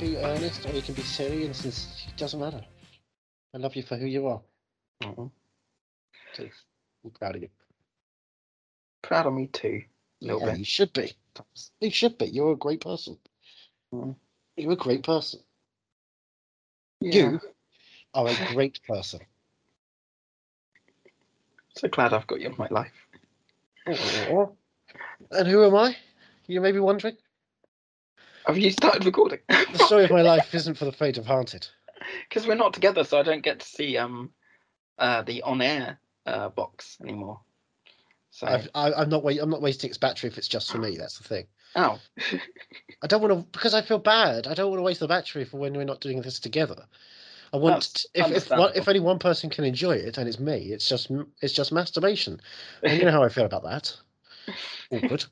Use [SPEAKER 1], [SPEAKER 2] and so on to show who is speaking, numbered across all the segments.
[SPEAKER 1] be earnest or you can be serious. It's, it doesn't matter. I love you for who you are. Mm-hmm.
[SPEAKER 2] Mhm.
[SPEAKER 1] So, I'm proud of you.
[SPEAKER 2] Proud of me too. Little
[SPEAKER 1] Yeah,
[SPEAKER 2] bit.
[SPEAKER 1] you should be. You should be. You're a great person.
[SPEAKER 2] Mm.
[SPEAKER 1] You're a great person.
[SPEAKER 2] Yeah.
[SPEAKER 1] You are a great person.
[SPEAKER 2] So glad I've got you in my life.
[SPEAKER 1] Aw. and who am I? You may be wondering.
[SPEAKER 2] Have you started recording?
[SPEAKER 1] The story of my life isn't for the faint of hearted.
[SPEAKER 2] Because we're not together, so I don't get to see um uh the on air uh box anymore. So
[SPEAKER 1] I've, I, I'm not. Wait, I'm not wasting its battery if it's just for me. That's the thing.
[SPEAKER 2] oh
[SPEAKER 1] I don't want to because I feel bad. I don't want to waste the battery for when we're not doing this together. I want
[SPEAKER 2] That's
[SPEAKER 1] if if one,
[SPEAKER 2] understandable.
[SPEAKER 1] if only one person can enjoy it and it's me, it's just it's just masturbation. And you know how I feel about that. Awkward.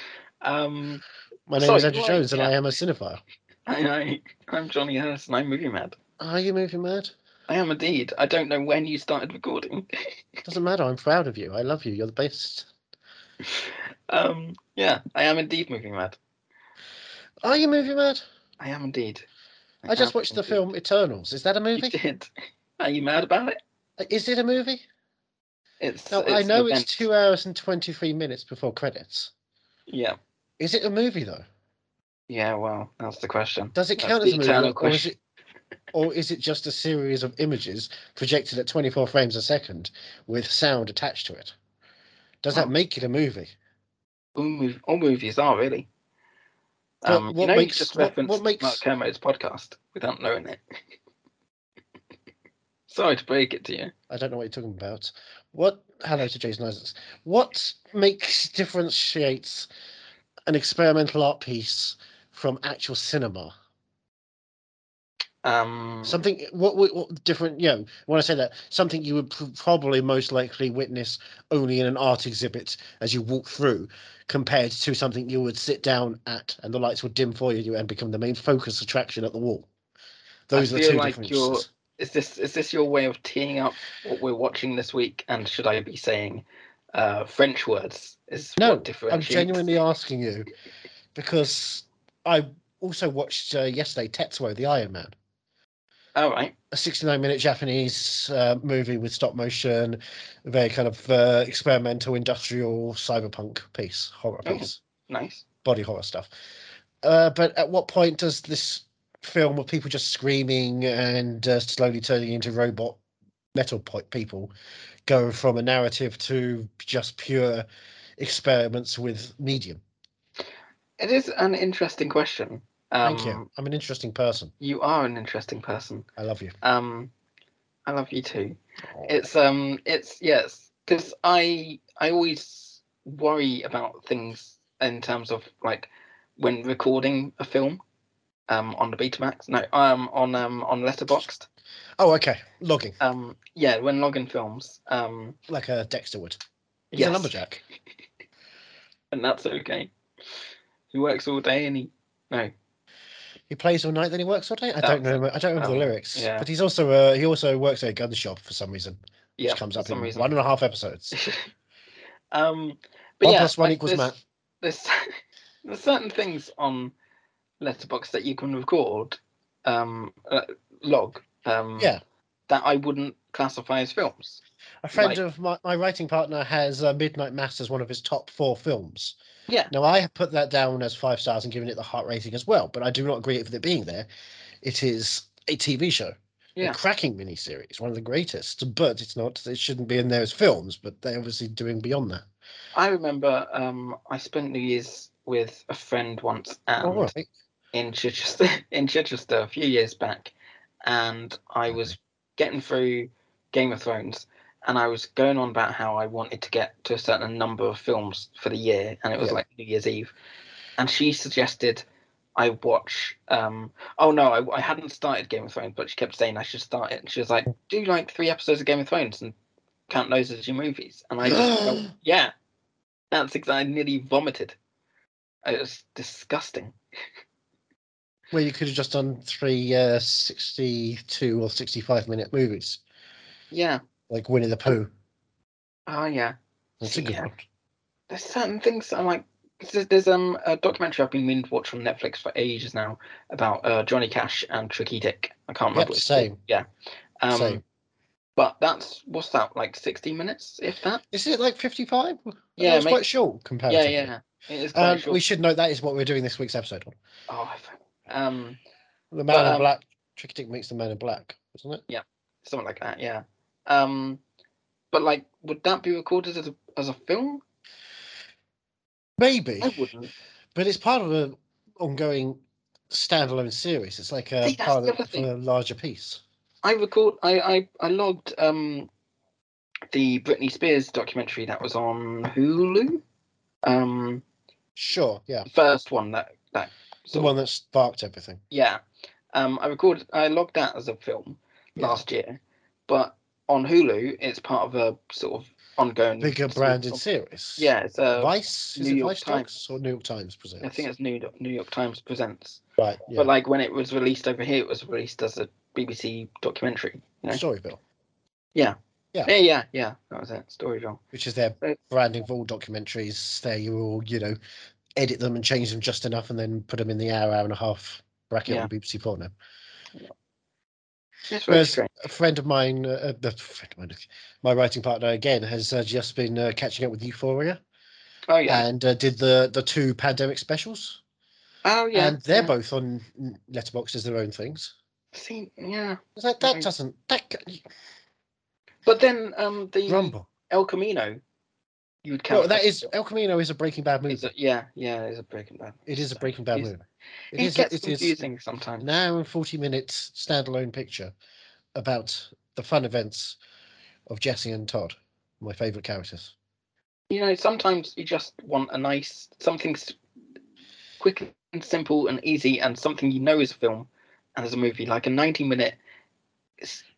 [SPEAKER 2] um
[SPEAKER 1] My name
[SPEAKER 2] Sorry,
[SPEAKER 1] is Andrew
[SPEAKER 2] why-
[SPEAKER 1] Jones and
[SPEAKER 2] yeah.
[SPEAKER 1] I am a cinephile.
[SPEAKER 2] I know I'm Johnny Hurst and I'm movie mad.
[SPEAKER 1] Are you moving mad?
[SPEAKER 2] I am indeed. I don't know when you started recording.
[SPEAKER 1] Doesn't matter. I'm proud of you. I love you. You're the best.
[SPEAKER 2] Um yeah, I am indeed movie mad.
[SPEAKER 1] Are you movie mad?
[SPEAKER 2] I am indeed.
[SPEAKER 1] I just
[SPEAKER 2] am
[SPEAKER 1] watched the
[SPEAKER 2] indeed.
[SPEAKER 1] film Eternals. Is that a
[SPEAKER 2] You
[SPEAKER 1] movie? Uh,
[SPEAKER 2] did. Are you mad about it?
[SPEAKER 1] Is it a movie?
[SPEAKER 2] It's,
[SPEAKER 1] No,
[SPEAKER 2] it's
[SPEAKER 1] I
[SPEAKER 2] an
[SPEAKER 1] know
[SPEAKER 2] event.
[SPEAKER 1] it's two hours and twenty three minutes before credits.
[SPEAKER 2] Yeah.
[SPEAKER 1] Is it a movie though?
[SPEAKER 2] Yeah, well, that's the question.
[SPEAKER 1] Does it
[SPEAKER 2] That's
[SPEAKER 1] count
[SPEAKER 2] the
[SPEAKER 1] as a movie,
[SPEAKER 2] eternal
[SPEAKER 1] or, or is
[SPEAKER 2] question.
[SPEAKER 1] it, or is it just a series of images projected at 24 frames a second with sound attached to it? Does that
[SPEAKER 2] Oh.
[SPEAKER 1] make it a movie?
[SPEAKER 2] All, mov- all movies are really.
[SPEAKER 1] But
[SPEAKER 2] Um,
[SPEAKER 1] what
[SPEAKER 2] you know,
[SPEAKER 1] makes-
[SPEAKER 2] you just
[SPEAKER 1] what-
[SPEAKER 2] referenced
[SPEAKER 1] what makes-
[SPEAKER 2] Mark Kermode's podcast without knowing it. Sorry to break it to you.
[SPEAKER 1] I don't know what you're talking about. What? Hello to Jason Isaacs. What makes differentiates an experimental art piece from actual cinema?
[SPEAKER 2] Um,
[SPEAKER 1] Something what, what, what different? You know, when I say that, something you would pr- probably most likely witness only in an art exhibit as you walk through, compared to something you would sit down at and the lights would dim for you and become the main focus attraction at the wall. Those are the
[SPEAKER 2] feel
[SPEAKER 1] two
[SPEAKER 2] like
[SPEAKER 1] differences.
[SPEAKER 2] you're- is this is this your way of teeing up what we're watching this week? And should I be saying uh, French words? Is
[SPEAKER 1] No,
[SPEAKER 2] what
[SPEAKER 1] I'm
[SPEAKER 2] differentiates?
[SPEAKER 1] genuinely asking you because I also watched uh, yesterday Tetsuo the Iron Man.
[SPEAKER 2] All right.
[SPEAKER 1] a 69 minute Japanese uh, movie with stop motion, very kind of uh, experimental, industrial, cyberpunk piece, horror
[SPEAKER 2] Okay.
[SPEAKER 1] piece,
[SPEAKER 2] Nice.
[SPEAKER 1] body horror stuff. Uh, but at what point does this film of people just screaming and uh, slowly turning into robot metal po- people go from a narrative to just pure experiments with medium?
[SPEAKER 2] It is an interesting question. Um,
[SPEAKER 1] Thank you. I'm an interesting person.
[SPEAKER 2] You are an interesting person.
[SPEAKER 1] I love you.
[SPEAKER 2] Um, I love you too. It's um, it's yes, because I I always worry about things in terms of like when recording a film, um, on the Betamax. No, um, on um, on Letterboxd.
[SPEAKER 1] Oh, okay. Logging
[SPEAKER 2] Um, yeah, when logging films. Um,
[SPEAKER 1] like a Dexter would. He's
[SPEAKER 2] yes,
[SPEAKER 1] a lumberjack.
[SPEAKER 2] and that's okay. He works all day and he no.
[SPEAKER 1] He plays all night, then he works all day. I don't
[SPEAKER 2] That's
[SPEAKER 1] know. I don't remember the
[SPEAKER 2] um,
[SPEAKER 1] lyrics.
[SPEAKER 2] yeah.
[SPEAKER 1] But he's also uh, he also works at a gun shop for some reason, which
[SPEAKER 2] Yeah,
[SPEAKER 1] comes
[SPEAKER 2] for
[SPEAKER 1] up
[SPEAKER 2] some
[SPEAKER 1] in
[SPEAKER 2] reason.
[SPEAKER 1] one and a half episodes.
[SPEAKER 2] um, but
[SPEAKER 1] one
[SPEAKER 2] yeah,
[SPEAKER 1] plus one
[SPEAKER 2] like
[SPEAKER 1] equals
[SPEAKER 2] this-
[SPEAKER 1] Matt.
[SPEAKER 2] there's there's certain things on letterbox that you can record um uh, log um
[SPEAKER 1] Yeah.
[SPEAKER 2] that i wouldn't classify as films
[SPEAKER 1] A friend
[SPEAKER 2] like-
[SPEAKER 1] of my, my writing partner has uh, Midnight Mass as one of his top four films.
[SPEAKER 2] Yeah.
[SPEAKER 1] Now I have put that down as five stars and given it the heart rating as well, but I do not agree with it being there. It is a TV show.
[SPEAKER 2] Yeah.
[SPEAKER 1] A cracking miniseries, one of the greatest, but it's not. It shouldn't be in there as films, but they're obviously doing beyond that.
[SPEAKER 2] i remember um i spent new year's with a friend once and
[SPEAKER 1] All right.
[SPEAKER 2] in chichester in chichester a few years back and i was getting through game of thrones and i was going on about how i wanted to get to a certain number of films for the year and it was
[SPEAKER 1] Yeah.
[SPEAKER 2] like new year's eve and she suggested I watch. Um, oh no, I, I hadn't started Game of Thrones, but she kept saying I should start it. And she was like, "Do like three episodes of Game of Thrones and count those as your movies." And I just felt, yeah, that's exactly. I nearly vomited. It was disgusting.
[SPEAKER 1] Where you could have just done three uh, 62 or 65 minute movies,
[SPEAKER 2] Yeah.
[SPEAKER 1] like Winnie the Pooh.
[SPEAKER 2] Oh yeah.
[SPEAKER 1] That's a good
[SPEAKER 2] Yeah.
[SPEAKER 1] one.
[SPEAKER 2] There's certain things I'm like. There's, there's um a documentary I've been meaning to watch on Netflix for ages now about uh, Johnny Cash and Tricky Dick. I can't
[SPEAKER 1] Yep,
[SPEAKER 2] remember. which-
[SPEAKER 1] same.
[SPEAKER 2] um,
[SPEAKER 1] same.
[SPEAKER 2] But that's what's that like? Sixty minutes, if that.
[SPEAKER 1] Is it like 55?
[SPEAKER 2] Yeah,
[SPEAKER 1] it's
[SPEAKER 2] make-
[SPEAKER 1] quite short compared
[SPEAKER 2] Yeah, yeah. It is quite
[SPEAKER 1] Um,
[SPEAKER 2] short.
[SPEAKER 1] We should note that is what we're doing this week's episode on.
[SPEAKER 2] Oh, I f- um,
[SPEAKER 1] The Man
[SPEAKER 2] But,
[SPEAKER 1] in
[SPEAKER 2] um,
[SPEAKER 1] Black, Tricky Dick meets the Man in Black, isn't it?
[SPEAKER 2] something like that. Yeah. Um, but like, would that be recorded as a as a film?
[SPEAKER 1] Maybe.
[SPEAKER 2] I wouldn't.
[SPEAKER 1] But it's part of an ongoing standalone series. It's like a
[SPEAKER 2] See, that's
[SPEAKER 1] part
[SPEAKER 2] the
[SPEAKER 1] of
[SPEAKER 2] other
[SPEAKER 1] for a larger piece.
[SPEAKER 2] I record. I I, I logged um the Britney Spears documentary that was on Hulu. Um,
[SPEAKER 1] Sure, yeah.
[SPEAKER 2] the first one that that
[SPEAKER 1] The
[SPEAKER 2] sort of-
[SPEAKER 1] one that sparked everything.
[SPEAKER 2] yeah. Um, I recorded. I logged that as a film
[SPEAKER 1] Yeah.
[SPEAKER 2] last year, but on Hulu it's part of a sort of ongoing
[SPEAKER 1] Bigger
[SPEAKER 2] sort of-
[SPEAKER 1] branded series.
[SPEAKER 2] Yeah, it's a,
[SPEAKER 1] Vice? Is
[SPEAKER 2] New
[SPEAKER 1] it
[SPEAKER 2] York
[SPEAKER 1] Vice Docs or New York Times presents?
[SPEAKER 2] I think it's New York, New York Times presents.
[SPEAKER 1] right. Yeah.
[SPEAKER 2] But like when it was released over here, it was released as a BBC documentary. You know?
[SPEAKER 1] Storyville,
[SPEAKER 2] yeah, yeah, yeah. That was it. Storyville.
[SPEAKER 1] which is their
[SPEAKER 2] Right.
[SPEAKER 1] branding for all documentaries. There you will, you know, edit them and change them just enough, and then put them in the hour, hour and a half bracket
[SPEAKER 2] Yeah.
[SPEAKER 1] on BBC Four now.
[SPEAKER 2] It's very
[SPEAKER 1] Whereas
[SPEAKER 2] strange.
[SPEAKER 1] a friend of mine, uh, the friend of mine, my writing partner again, has uh, just been uh, catching up with Euphoria
[SPEAKER 2] Oh yeah.
[SPEAKER 1] and uh, did the the two pandemic specials,
[SPEAKER 2] Oh yeah,
[SPEAKER 1] and they're
[SPEAKER 2] yeah.
[SPEAKER 1] both on Letterboxd as their own things.
[SPEAKER 2] See, yeah,
[SPEAKER 1] That that
[SPEAKER 2] Mhm.
[SPEAKER 1] doesn't that c-
[SPEAKER 2] but then um the
[SPEAKER 1] grumble.
[SPEAKER 2] El Camino, you would count.
[SPEAKER 1] Well, that
[SPEAKER 2] as-
[SPEAKER 1] is El Camino is a Breaking Bad movie.
[SPEAKER 2] it's a- yeah, yeah, it's a Breaking Bad.
[SPEAKER 1] It is a Breaking Bad
[SPEAKER 2] It's-
[SPEAKER 1] movie. It
[SPEAKER 2] It,
[SPEAKER 1] is.
[SPEAKER 2] gets
[SPEAKER 1] It is
[SPEAKER 2] confusing
[SPEAKER 1] an
[SPEAKER 2] sometimes.
[SPEAKER 1] hour and forty minutes standalone picture about the fun events of Jesse and Todd, my favourite characters.
[SPEAKER 2] You know, sometimes you just want a nice something s- quick and simple and easy, and something you know is a film and is a movie, like a ninety-minute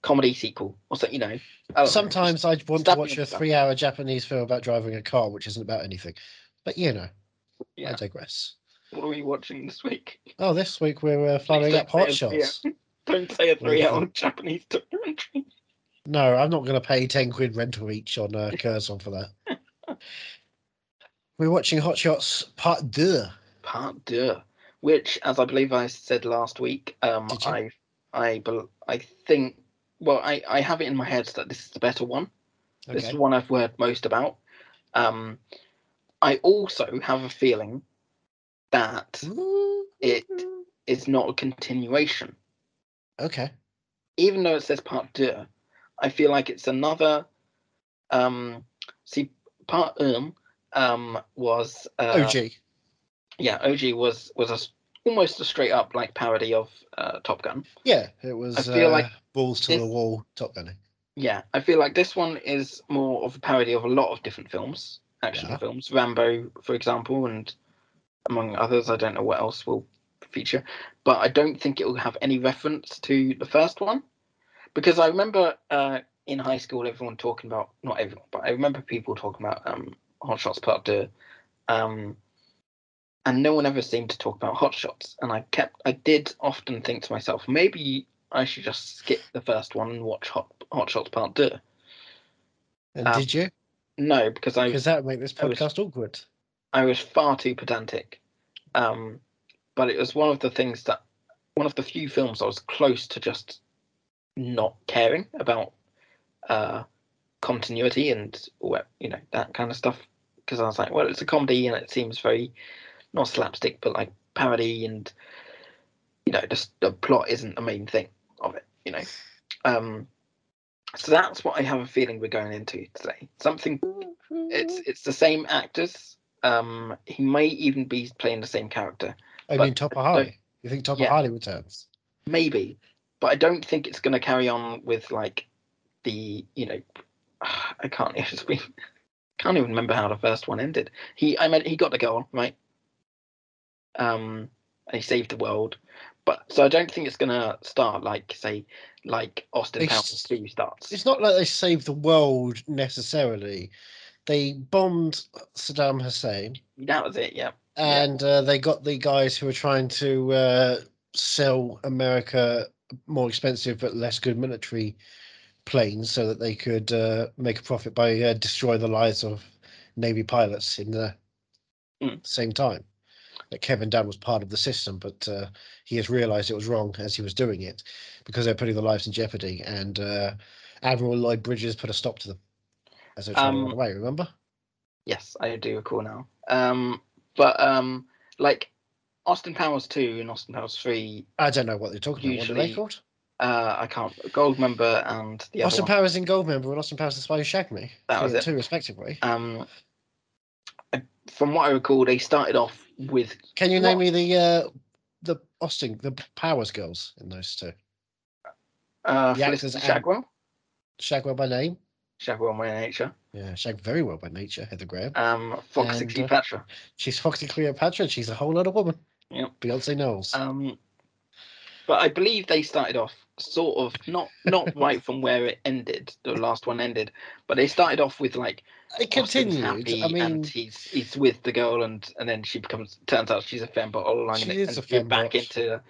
[SPEAKER 2] comedy sequel or something. You know, Oh, I don't know.
[SPEAKER 1] Sometimes I want to
[SPEAKER 2] Stab
[SPEAKER 1] watch
[SPEAKER 2] me
[SPEAKER 1] a
[SPEAKER 2] with that.
[SPEAKER 1] three-hour Japanese film about driving a car, which isn't about anything. But you know, I
[SPEAKER 2] Yeah.
[SPEAKER 1] digress.
[SPEAKER 2] what are we watching this week?
[SPEAKER 1] Oh, this week we're uh, following
[SPEAKER 2] Please
[SPEAKER 1] up Hot
[SPEAKER 2] don't say
[SPEAKER 1] Shots.
[SPEAKER 2] Don't say a
[SPEAKER 1] What do you
[SPEAKER 2] three-hour Japanese documentary.
[SPEAKER 1] No, I'm not going to pay ten quid rental each on uh, Curzon for that. we're watching Hot Shots Part Deux.
[SPEAKER 2] Part Deux, which, as I believe I said last week, um,
[SPEAKER 1] Did you?
[SPEAKER 2] I, I, bel- I think, well, I, I have it in my head that this is the better one. This is
[SPEAKER 1] Okay.
[SPEAKER 2] the one I've heard most about. Um, I also have a feeling that it is not a continuation,
[SPEAKER 1] Okay.
[SPEAKER 2] even though it says Part Deux. I feel like it's another. Um, see, Part Um, um was uh,
[SPEAKER 1] OG.
[SPEAKER 2] yeah og was was a s almost a straight up like parody of uh, top gun
[SPEAKER 1] Yeah, it was.
[SPEAKER 2] feel
[SPEAKER 1] uh,
[SPEAKER 2] like
[SPEAKER 1] balls to the
[SPEAKER 2] this-
[SPEAKER 1] wall, Top Gun.
[SPEAKER 2] yeah i feel like this one is more of a parody of a lot of different films action
[SPEAKER 1] Yeah.
[SPEAKER 2] films rambo for example and among others i don't know what else will feature but i don't think it will have any reference to the first one because i remember uh, in high school everyone talking about not everyone but i remember people talking about um, hot shots part two um, and no one ever seemed to talk about hot shots and i kept i did often think to myself maybe i should just skip the first one and watch hot, hot shots part two
[SPEAKER 1] And
[SPEAKER 2] Um,
[SPEAKER 1] did you?
[SPEAKER 2] no because i
[SPEAKER 1] Because that would make this
[SPEAKER 2] I was-
[SPEAKER 1] podcast awkward.
[SPEAKER 2] i was far too pedantic um but it was one of the things that one of the few films i was close to just not caring about uh continuity and all that, you know that kind of stuff because i was like well it's a comedy and it seems very not slapstick but like parody and you know just the plot isn't the main thing of it you know um so that's what i have a feeling we're going into today something it's it's the same actors um he may even be playing the same character
[SPEAKER 1] I
[SPEAKER 2] but-
[SPEAKER 1] mean, Topper Harley. You think Topper
[SPEAKER 2] Yeah.
[SPEAKER 1] Harley returns?
[SPEAKER 2] maybe but i don't think it's going to carry on with like the you know i can't it's been can't even remember how the first one ended he i mean he got the goal right um and he saved the world but so i don't think it's going to start like say like austin
[SPEAKER 1] It's-
[SPEAKER 2] powers 2 starts
[SPEAKER 1] It's not like they saved the world necessarily. They bombed Saddam Hussein,
[SPEAKER 2] that was it yeah
[SPEAKER 1] and uh, they got the guys who were trying to uh, sell America more expensive but less good military planes so that they could uh, make a profit by uh, destroy the lives of Navy pilots in the
[SPEAKER 2] Mm.
[SPEAKER 1] same time. That Kevin Dunn was part of the system, but uh, he has realised it was wrong as he was doing it because they're putting their lives in jeopardy. And uh, Admiral Lloyd Bridges put a stop to them as they're trying to
[SPEAKER 2] Um,
[SPEAKER 1] run away. Remember?
[SPEAKER 2] Yes, I do recall now. Um, but um, like Austin Powers two and Austin Powers three,
[SPEAKER 1] I don't know what they're talking about. What are they
[SPEAKER 2] Usually-
[SPEAKER 1] called?
[SPEAKER 2] uh, I can't. Goldmember and the
[SPEAKER 1] Austin
[SPEAKER 2] other one.
[SPEAKER 1] Powers in Goldmember and Austin Powers the Spy Who Shagged Me.
[SPEAKER 2] That
[SPEAKER 1] Three
[SPEAKER 2] was
[SPEAKER 1] and
[SPEAKER 2] it.
[SPEAKER 1] Two, respectively.
[SPEAKER 2] Um, I- from what I recall, they started off with
[SPEAKER 1] Can you name
[SPEAKER 2] What?
[SPEAKER 1] me the uh, the Austin the Powers girls in those two?
[SPEAKER 2] uh,
[SPEAKER 1] The actors
[SPEAKER 2] Felicity
[SPEAKER 1] and-
[SPEAKER 2] Shagwell,
[SPEAKER 1] Shag well by name.
[SPEAKER 2] Shagwell by nature,
[SPEAKER 1] Yeah, Shag very well by nature. Heather Graham.
[SPEAKER 2] um, Foxy
[SPEAKER 1] And, uh,
[SPEAKER 2] Cleopatra.
[SPEAKER 1] She's Foxy Cleopatra. and She's a whole other woman.
[SPEAKER 2] Yep.
[SPEAKER 1] Beyonce Knowles.
[SPEAKER 2] Um, but I believe they started off sort of not not right from where it ended. The last one ended, but they started off with like
[SPEAKER 1] it
[SPEAKER 2] Austin's
[SPEAKER 1] continued.
[SPEAKER 2] happy
[SPEAKER 1] I mean,
[SPEAKER 2] and he's he's with the girl, and and then she becomes turns out she's a fembot all along,
[SPEAKER 1] She
[SPEAKER 2] and, it-
[SPEAKER 1] is
[SPEAKER 2] and
[SPEAKER 1] a
[SPEAKER 2] you're back
[SPEAKER 1] fembot.
[SPEAKER 2] into.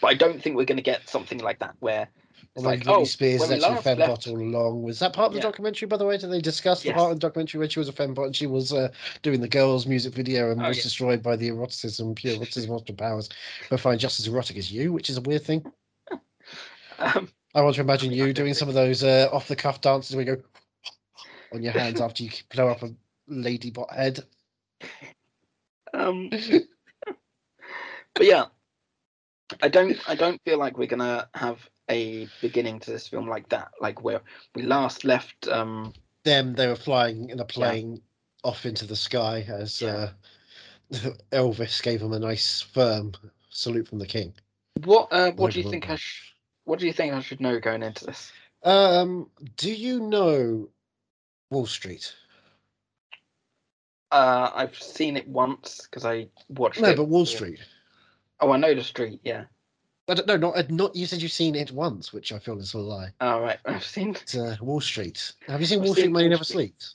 [SPEAKER 2] But I don't think we're going to get something like that where it's
[SPEAKER 1] although
[SPEAKER 2] like,
[SPEAKER 1] Britney
[SPEAKER 2] oh,
[SPEAKER 1] Spears is
[SPEAKER 2] when we
[SPEAKER 1] actually a
[SPEAKER 2] last
[SPEAKER 1] fembot
[SPEAKER 2] left,
[SPEAKER 1] all along. Was that part of the
[SPEAKER 2] Yeah.
[SPEAKER 1] documentary, by the way? Did they discuss the
[SPEAKER 2] Yes.
[SPEAKER 1] part of the documentary when she was a fembot and she was uh, doing the girls' music video and
[SPEAKER 2] Oh,
[SPEAKER 1] was
[SPEAKER 2] yeah.
[SPEAKER 1] destroyed by the eroticism, pure eroticism of Austin Powers, but find just as erotic as you, which is a weird thing.
[SPEAKER 2] um,
[SPEAKER 1] I want to imagine
[SPEAKER 2] mean, I
[SPEAKER 1] you
[SPEAKER 2] don't
[SPEAKER 1] doing
[SPEAKER 2] think-
[SPEAKER 1] some of those uh, off the cuff dances where you go on your hands after you blow up a lady bot head.
[SPEAKER 2] um, but yeah, I don't I don't feel like we're gonna have a beginning to this film like that, like where we last left. Um,
[SPEAKER 1] Them, they were flying in a plane off into the sky as
[SPEAKER 2] Yeah.
[SPEAKER 1] uh, Elvis gave them a nice firm salute from the king.
[SPEAKER 2] what uh,
[SPEAKER 1] Hope
[SPEAKER 2] what do you
[SPEAKER 1] it
[SPEAKER 2] think I
[SPEAKER 1] won't
[SPEAKER 2] sh- what do you think I should know going into this?
[SPEAKER 1] go. Um, do you know Wall Street?
[SPEAKER 2] Uh, I've seen it once because I watched
[SPEAKER 1] No,
[SPEAKER 2] it.
[SPEAKER 1] but Wall
[SPEAKER 2] with-
[SPEAKER 1] Street.
[SPEAKER 2] Oh, I know the street. Yeah.
[SPEAKER 1] I don't, no, not not. You said you've seen it once, which I feel is a lie.
[SPEAKER 2] All right. I've seen.
[SPEAKER 1] It's, uh, Wall Street. Have you seen
[SPEAKER 2] I've
[SPEAKER 1] Wall Street
[SPEAKER 2] seen
[SPEAKER 1] Money
[SPEAKER 2] Wall
[SPEAKER 1] Never
[SPEAKER 2] Street.
[SPEAKER 1] Sleeps?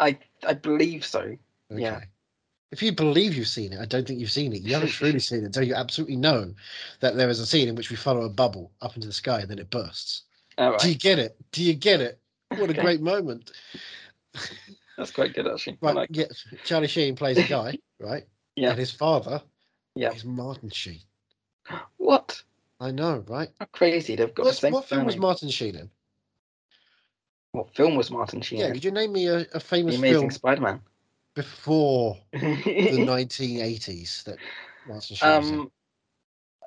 [SPEAKER 2] I I believe so. Yeah.
[SPEAKER 1] If you believe you've seen it, I don't think you've seen it. You haven't truly seen it until you absolutely know that there is a scene in which we follow a bubble up into the sky and then it bursts.
[SPEAKER 2] All
[SPEAKER 1] Do you
[SPEAKER 2] right.
[SPEAKER 1] get it? Do you get it? What a
[SPEAKER 2] Okay.
[SPEAKER 1] great moment.
[SPEAKER 2] That's quite good actually. I
[SPEAKER 1] Right.
[SPEAKER 2] Like,
[SPEAKER 1] yeah. Charlie Sheen plays a guy, right?
[SPEAKER 2] Yeah.
[SPEAKER 1] And his father
[SPEAKER 2] Yeah.
[SPEAKER 1] is Martin Sheen.
[SPEAKER 2] what?
[SPEAKER 1] I know, right?
[SPEAKER 2] How crazy they've got
[SPEAKER 1] What's-
[SPEAKER 2] the same.
[SPEAKER 1] what film was
[SPEAKER 2] surname.
[SPEAKER 1] Martin Sheen in?
[SPEAKER 2] what film was Martin Sheen?
[SPEAKER 1] Yeah,
[SPEAKER 2] in?
[SPEAKER 1] could you name me a, a
[SPEAKER 2] the
[SPEAKER 1] famous
[SPEAKER 2] Amazing
[SPEAKER 1] film
[SPEAKER 2] Spider-Man.
[SPEAKER 1] before the 1980s that Martin Sheen was in?
[SPEAKER 2] um,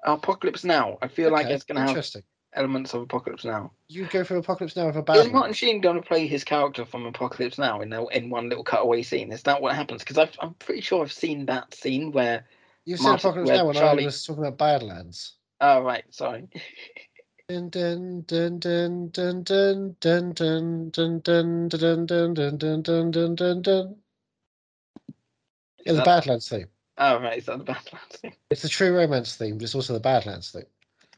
[SPEAKER 2] Apocalypse Now. I feel like
[SPEAKER 1] Okay,
[SPEAKER 2] it's going to have
[SPEAKER 1] Interesting.
[SPEAKER 2] elements of Apocalypse Now.
[SPEAKER 1] You go for Apocalypse Now with a
[SPEAKER 2] Is
[SPEAKER 1] bad one.
[SPEAKER 2] Martin Sheen going to play his character from Apocalypse Now in a, in one little cutaway scene? Is that what happens? Because I'm pretty sure I've seen that scene where.
[SPEAKER 1] You said
[SPEAKER 2] Martin-
[SPEAKER 1] Apocalypse
[SPEAKER 2] where
[SPEAKER 1] Now when
[SPEAKER 2] Charlie-
[SPEAKER 1] I was talking about Badlands.
[SPEAKER 2] Oh right, sorry.
[SPEAKER 1] Dun dun dun dun dun dun dun dun dun dun dun dun dun dun dun dun dun dun. Yeah, the
[SPEAKER 2] that-
[SPEAKER 1] Badlands theme.
[SPEAKER 2] Oh right, is that the Badlands scene?
[SPEAKER 1] It's the True Romance theme, but it's also the Badlands theme.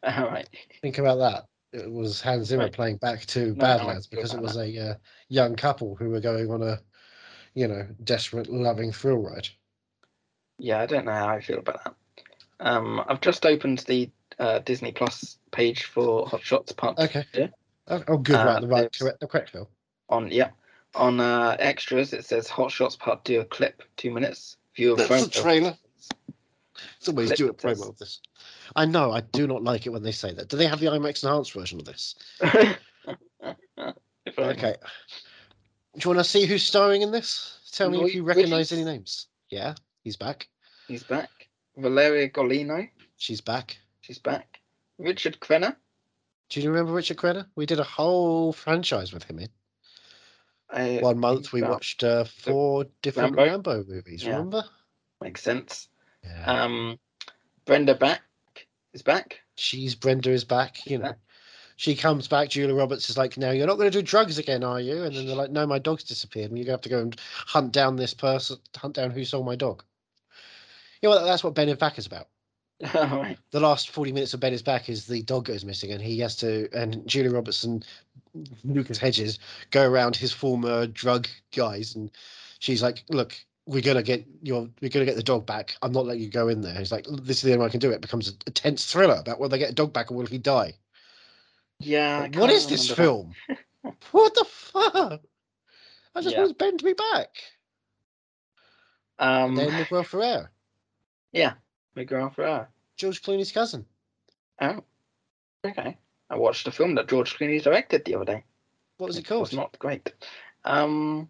[SPEAKER 2] All right.
[SPEAKER 1] Think about that. It was Hans Zimmer
[SPEAKER 2] Right.
[SPEAKER 1] playing back to
[SPEAKER 2] now I
[SPEAKER 1] Badlands
[SPEAKER 2] feel
[SPEAKER 1] because it
[SPEAKER 2] about
[SPEAKER 1] was a uh, young couple who were going on a, you know, desperate loving thrill ride.
[SPEAKER 2] Yeah, I don't know how I feel about that. Um, I've just opened the uh, Disney Plus page for Hot Shots Part Two
[SPEAKER 1] Okay. Oh, oh, good.
[SPEAKER 2] Uh,
[SPEAKER 1] right, the right,
[SPEAKER 2] it's-
[SPEAKER 1] correct, the correct film.
[SPEAKER 2] on yeah on uh, extras. It says Hot Shots Part Two clip two minutes view of
[SPEAKER 1] That's
[SPEAKER 2] phone.
[SPEAKER 1] the trailer. Somebody's do a
[SPEAKER 2] Clip this.
[SPEAKER 1] promo of this. I know. I do not like it when they say that. Do they have the IMAX enhanced version of this?
[SPEAKER 2] If I remember.
[SPEAKER 1] Okay. Do you want to see who's starring in this? Tell me
[SPEAKER 2] Lloyd
[SPEAKER 1] if you recognize
[SPEAKER 2] Bridges.
[SPEAKER 1] any names. Yeah, he's back.
[SPEAKER 2] He's back. Valeria Golino.
[SPEAKER 1] She's back.
[SPEAKER 2] She's back. Richard Crenna.
[SPEAKER 1] Do you remember Richard Crenna? We did a whole franchise with him in
[SPEAKER 2] I,
[SPEAKER 1] one month. We
[SPEAKER 2] Ram-
[SPEAKER 1] watched uh, four different
[SPEAKER 2] Rambo?
[SPEAKER 1] Rambo, movies.
[SPEAKER 2] Yeah.
[SPEAKER 1] Remember?
[SPEAKER 2] makes sense.
[SPEAKER 1] Yeah.
[SPEAKER 2] Um, Brenda back is back.
[SPEAKER 1] She's Brenda is back. You know,
[SPEAKER 2] back.
[SPEAKER 1] she comes back. Julia Roberts is like, "Now you're not going to do drugs again, are you?" And then they're like, "No, my dog's disappeared, and you're going to have to go and hunt down this person, hunt down who sold my dog." You know, that's what Ben in Back is about.
[SPEAKER 2] All right.
[SPEAKER 1] The last forty minutes of Ben is Back is the dog goes missing, and he has to and Julia Roberts and Lucas Hedges go around his former drug guys, and she's like, "Look." we're gonna get your we're gonna get the dog back. I'm not letting you go in there. He's like, this is the only way I can do it. it becomes a, a tense thriller about will they get a dog back or will he die?
[SPEAKER 2] Yeah. I
[SPEAKER 1] Like, what
[SPEAKER 2] can't
[SPEAKER 1] is this
[SPEAKER 2] remember that.
[SPEAKER 1] film? what the fuck? I just
[SPEAKER 2] Yeah.
[SPEAKER 1] want Ben to be back.
[SPEAKER 2] Um,
[SPEAKER 1] Then Miguel Ferrer,
[SPEAKER 2] Miguel Ferrer.
[SPEAKER 1] George Clooney's cousin.
[SPEAKER 2] Oh, okay. I watched a film that George Clooney directed the other day.
[SPEAKER 1] What was it
[SPEAKER 2] was
[SPEAKER 1] called?
[SPEAKER 2] not great. Um,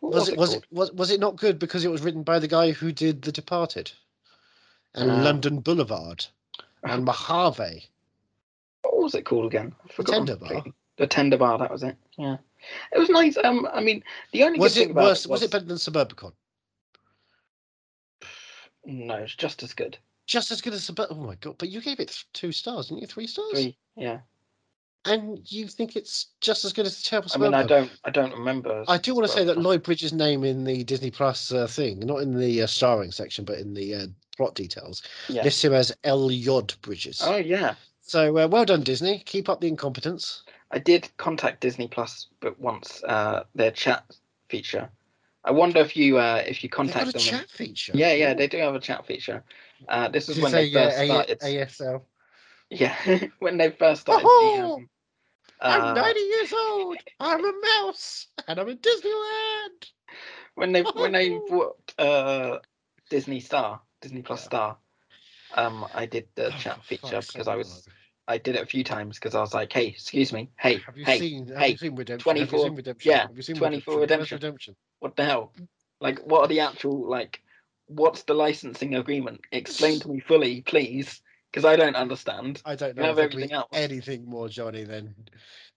[SPEAKER 2] what
[SPEAKER 1] was it was
[SPEAKER 2] called?
[SPEAKER 1] it was, was it not good because it was written by the guy who did The Departed and
[SPEAKER 2] Ah.
[SPEAKER 1] London Boulevard and Mojave?
[SPEAKER 2] What was it called again? I forgot.
[SPEAKER 1] Tender Bar?
[SPEAKER 2] The tender bar. That was it. Yeah, it was nice. Um, I mean, the only
[SPEAKER 1] Was
[SPEAKER 2] good thing
[SPEAKER 1] it
[SPEAKER 2] about
[SPEAKER 1] worse?
[SPEAKER 2] it
[SPEAKER 1] Was it better than Suburbicon?
[SPEAKER 2] No, it's just as good.
[SPEAKER 1] Just as good as Suburb. Oh my god! But you gave it th- two stars, didn't you? Three stars.
[SPEAKER 2] Three. Yeah.
[SPEAKER 1] And you think it's just as good as the terrible
[SPEAKER 2] I mean,
[SPEAKER 1] Suburbicon?
[SPEAKER 2] I don't. I don't remember.
[SPEAKER 1] I do want to say that
[SPEAKER 2] Suburbicon.
[SPEAKER 1] Lloyd Bridges' name in the Disney Plus uh, thing, not in the uh, starring section, but in the uh, plot details,
[SPEAKER 2] Yeah.
[SPEAKER 1] lists him as L. Yod Bridges.
[SPEAKER 2] Oh yeah,
[SPEAKER 1] So uh, well done, Disney. Keep up the incompetence.
[SPEAKER 2] I did contact Disney Plus, but once uh, their chat feature. I wonder if you uh, if you
[SPEAKER 1] They've got
[SPEAKER 2] contact
[SPEAKER 1] a
[SPEAKER 2] them. and-
[SPEAKER 1] chat feature.
[SPEAKER 2] Yeah, yeah,
[SPEAKER 1] Ooh.
[SPEAKER 2] they do have a chat feature. Uh, this
[SPEAKER 1] Did
[SPEAKER 2] is
[SPEAKER 1] you
[SPEAKER 2] when
[SPEAKER 1] say,
[SPEAKER 2] they first
[SPEAKER 1] uh, A-
[SPEAKER 2] started.
[SPEAKER 1] ASL?
[SPEAKER 2] Yeah, when they first started. The,
[SPEAKER 1] Oh-ho!
[SPEAKER 2] um, uh,
[SPEAKER 1] years old. I'm a mouse, and I'm in Disneyland.
[SPEAKER 2] when they when they bought uh, Disney Star, Disney Plus
[SPEAKER 1] Yeah.
[SPEAKER 2] Star, um, I did the
[SPEAKER 1] Oh,
[SPEAKER 2] chat
[SPEAKER 1] for
[SPEAKER 2] feature
[SPEAKER 1] fuck's
[SPEAKER 2] because
[SPEAKER 1] sake,
[SPEAKER 2] I was
[SPEAKER 1] Mark.
[SPEAKER 2] I did it a few times because I was like, hey, excuse me, hey,
[SPEAKER 1] Have you
[SPEAKER 2] hey,
[SPEAKER 1] seen? Have
[SPEAKER 2] hey,
[SPEAKER 1] you seen Redemption? Have you
[SPEAKER 2] 24
[SPEAKER 1] seen Redemption?
[SPEAKER 2] yeah,
[SPEAKER 1] Have you seen
[SPEAKER 2] 24
[SPEAKER 1] Redemption? Where's
[SPEAKER 2] what the hell? Like, what are the actual like? What's the licensing agreement? Explain to me fully, please, because I don't understand.
[SPEAKER 1] I don't
[SPEAKER 2] You
[SPEAKER 1] know
[SPEAKER 2] have
[SPEAKER 1] if there can be
[SPEAKER 2] everything else. Oh,
[SPEAKER 1] anything more Johnny than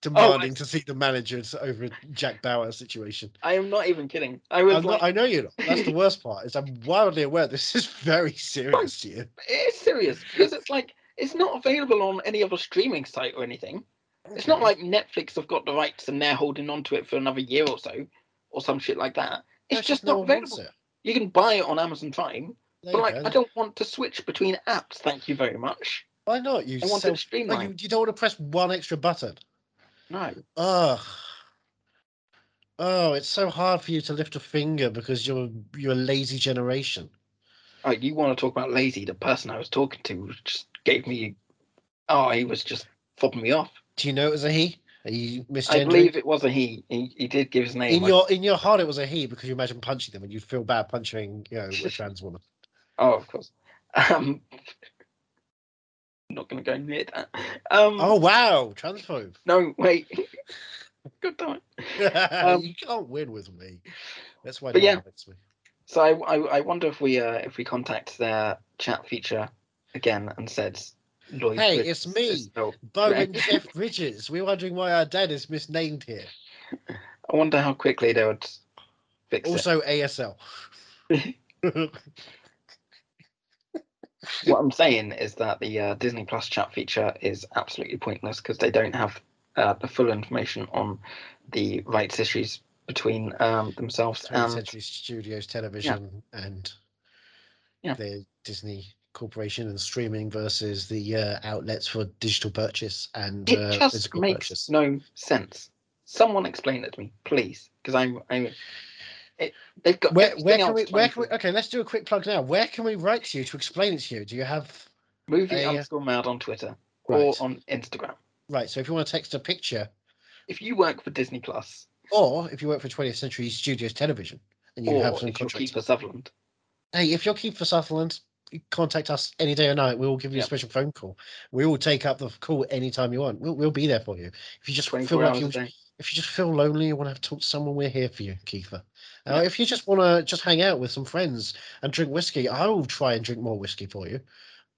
[SPEAKER 1] demanding
[SPEAKER 2] I-
[SPEAKER 1] to see the managers over Jack Bauer situation.
[SPEAKER 2] I am not even kidding. I was
[SPEAKER 1] I'm
[SPEAKER 2] like,
[SPEAKER 1] not, I know you're not. That's the worst part. Is I'm wildly aware this is very serious to you.
[SPEAKER 2] it's serious because it's like it's not available on any other streaming site or anything. It's not like Netflix have got the rights and they're holding on to it for another year or so, or some shit like that. It's
[SPEAKER 1] That's
[SPEAKER 2] just
[SPEAKER 1] no
[SPEAKER 2] not
[SPEAKER 1] one wants
[SPEAKER 2] available.
[SPEAKER 1] it.
[SPEAKER 2] You can buy it on Amazon Prime,
[SPEAKER 1] There
[SPEAKER 2] but
[SPEAKER 1] you
[SPEAKER 2] like,
[SPEAKER 1] go.
[SPEAKER 2] I don't want to switch between apps. Thank you very much.
[SPEAKER 1] Why not? You
[SPEAKER 2] I want
[SPEAKER 1] self.
[SPEAKER 2] it
[SPEAKER 1] Like,
[SPEAKER 2] streamlined.
[SPEAKER 1] you, you don't want to press one extra button.
[SPEAKER 2] No.
[SPEAKER 1] Ugh. Oh, it's so hard for you to lift a finger because you're you're a lazy generation.
[SPEAKER 2] Oh, you want to talk about lazy? The person I was talking to was just gave me. Oh, he was just fobbing me off.
[SPEAKER 1] Do you know it was a he? Are you misgendering?
[SPEAKER 2] I believe it was a he. He, he did give his name.
[SPEAKER 1] in your in your heart it was a he because you imagine punching them and you'd feel bad punching, you know, a trans woman.
[SPEAKER 2] oh, of course. Um, I'm not going to go near that. Um,
[SPEAKER 1] Oh wow, transphobe.
[SPEAKER 2] no, wait. Good time.
[SPEAKER 1] you can't win with me. That's why
[SPEAKER 2] Um, but
[SPEAKER 1] no one
[SPEAKER 2] yeah.
[SPEAKER 1] likes me.
[SPEAKER 2] So I, I, I wonder if we uh, if we contact their chat feature again and said, Lloyd
[SPEAKER 1] Hey,
[SPEAKER 2] Bridges
[SPEAKER 1] it's me.
[SPEAKER 2] is- oh,
[SPEAKER 1] Bo
[SPEAKER 2] Right.
[SPEAKER 1] and Jeff Bridges. We're wondering why our dad is misnamed here.
[SPEAKER 2] I wonder how quickly they would fix
[SPEAKER 1] Also ASL.
[SPEAKER 2] it. What I'm saying is that the uh, Disney Plus chat feature is absolutely pointless because they don't have uh, the full information on the rights issues between um, themselves
[SPEAKER 1] 20th
[SPEAKER 2] and
[SPEAKER 1] Century Studios Television and
[SPEAKER 2] Yeah.
[SPEAKER 1] the Disney Corporation and streaming versus the uh, outlets for digital purchase and
[SPEAKER 2] It
[SPEAKER 1] uh,
[SPEAKER 2] just
[SPEAKER 1] physical
[SPEAKER 2] makes
[SPEAKER 1] purchase.
[SPEAKER 2] no sense. Someone explain it to me, please, because I'm I'm. It, they've got
[SPEAKER 1] Where,
[SPEAKER 2] everything
[SPEAKER 1] where can
[SPEAKER 2] else
[SPEAKER 1] we? Where
[SPEAKER 2] trying
[SPEAKER 1] can we?
[SPEAKER 2] to-
[SPEAKER 1] Okay, let's do a quick plug now. Where can we write to you to explain it to you? Do you have?
[SPEAKER 2] movie
[SPEAKER 1] a-
[SPEAKER 2] underscore mad on Twitter or
[SPEAKER 1] Right.
[SPEAKER 2] on Instagram.
[SPEAKER 1] Right. So if you want to text a picture,
[SPEAKER 2] If you work for Disney Plus
[SPEAKER 1] or if you work for 20th Century Studios Television and you
[SPEAKER 2] or
[SPEAKER 1] have some
[SPEAKER 2] if you're
[SPEAKER 1] contract,
[SPEAKER 2] Keeper Sutherland,
[SPEAKER 1] hey, if you're Keith for Sutherland, contact us any day or night. We will give you
[SPEAKER 2] Yeah.
[SPEAKER 1] a special phone call. We will take up the call anytime you want. We'll, we'll be there for you. If you just feel
[SPEAKER 2] 24
[SPEAKER 1] like
[SPEAKER 2] hours
[SPEAKER 1] you
[SPEAKER 2] a day.
[SPEAKER 1] if you just feel lonely you want to have to talk to someone, we're here for you, Kiefer. Uh,
[SPEAKER 2] Yeah.
[SPEAKER 1] If you just want to just hang out with some friends and drink whiskey, I will try and drink more whiskey for you.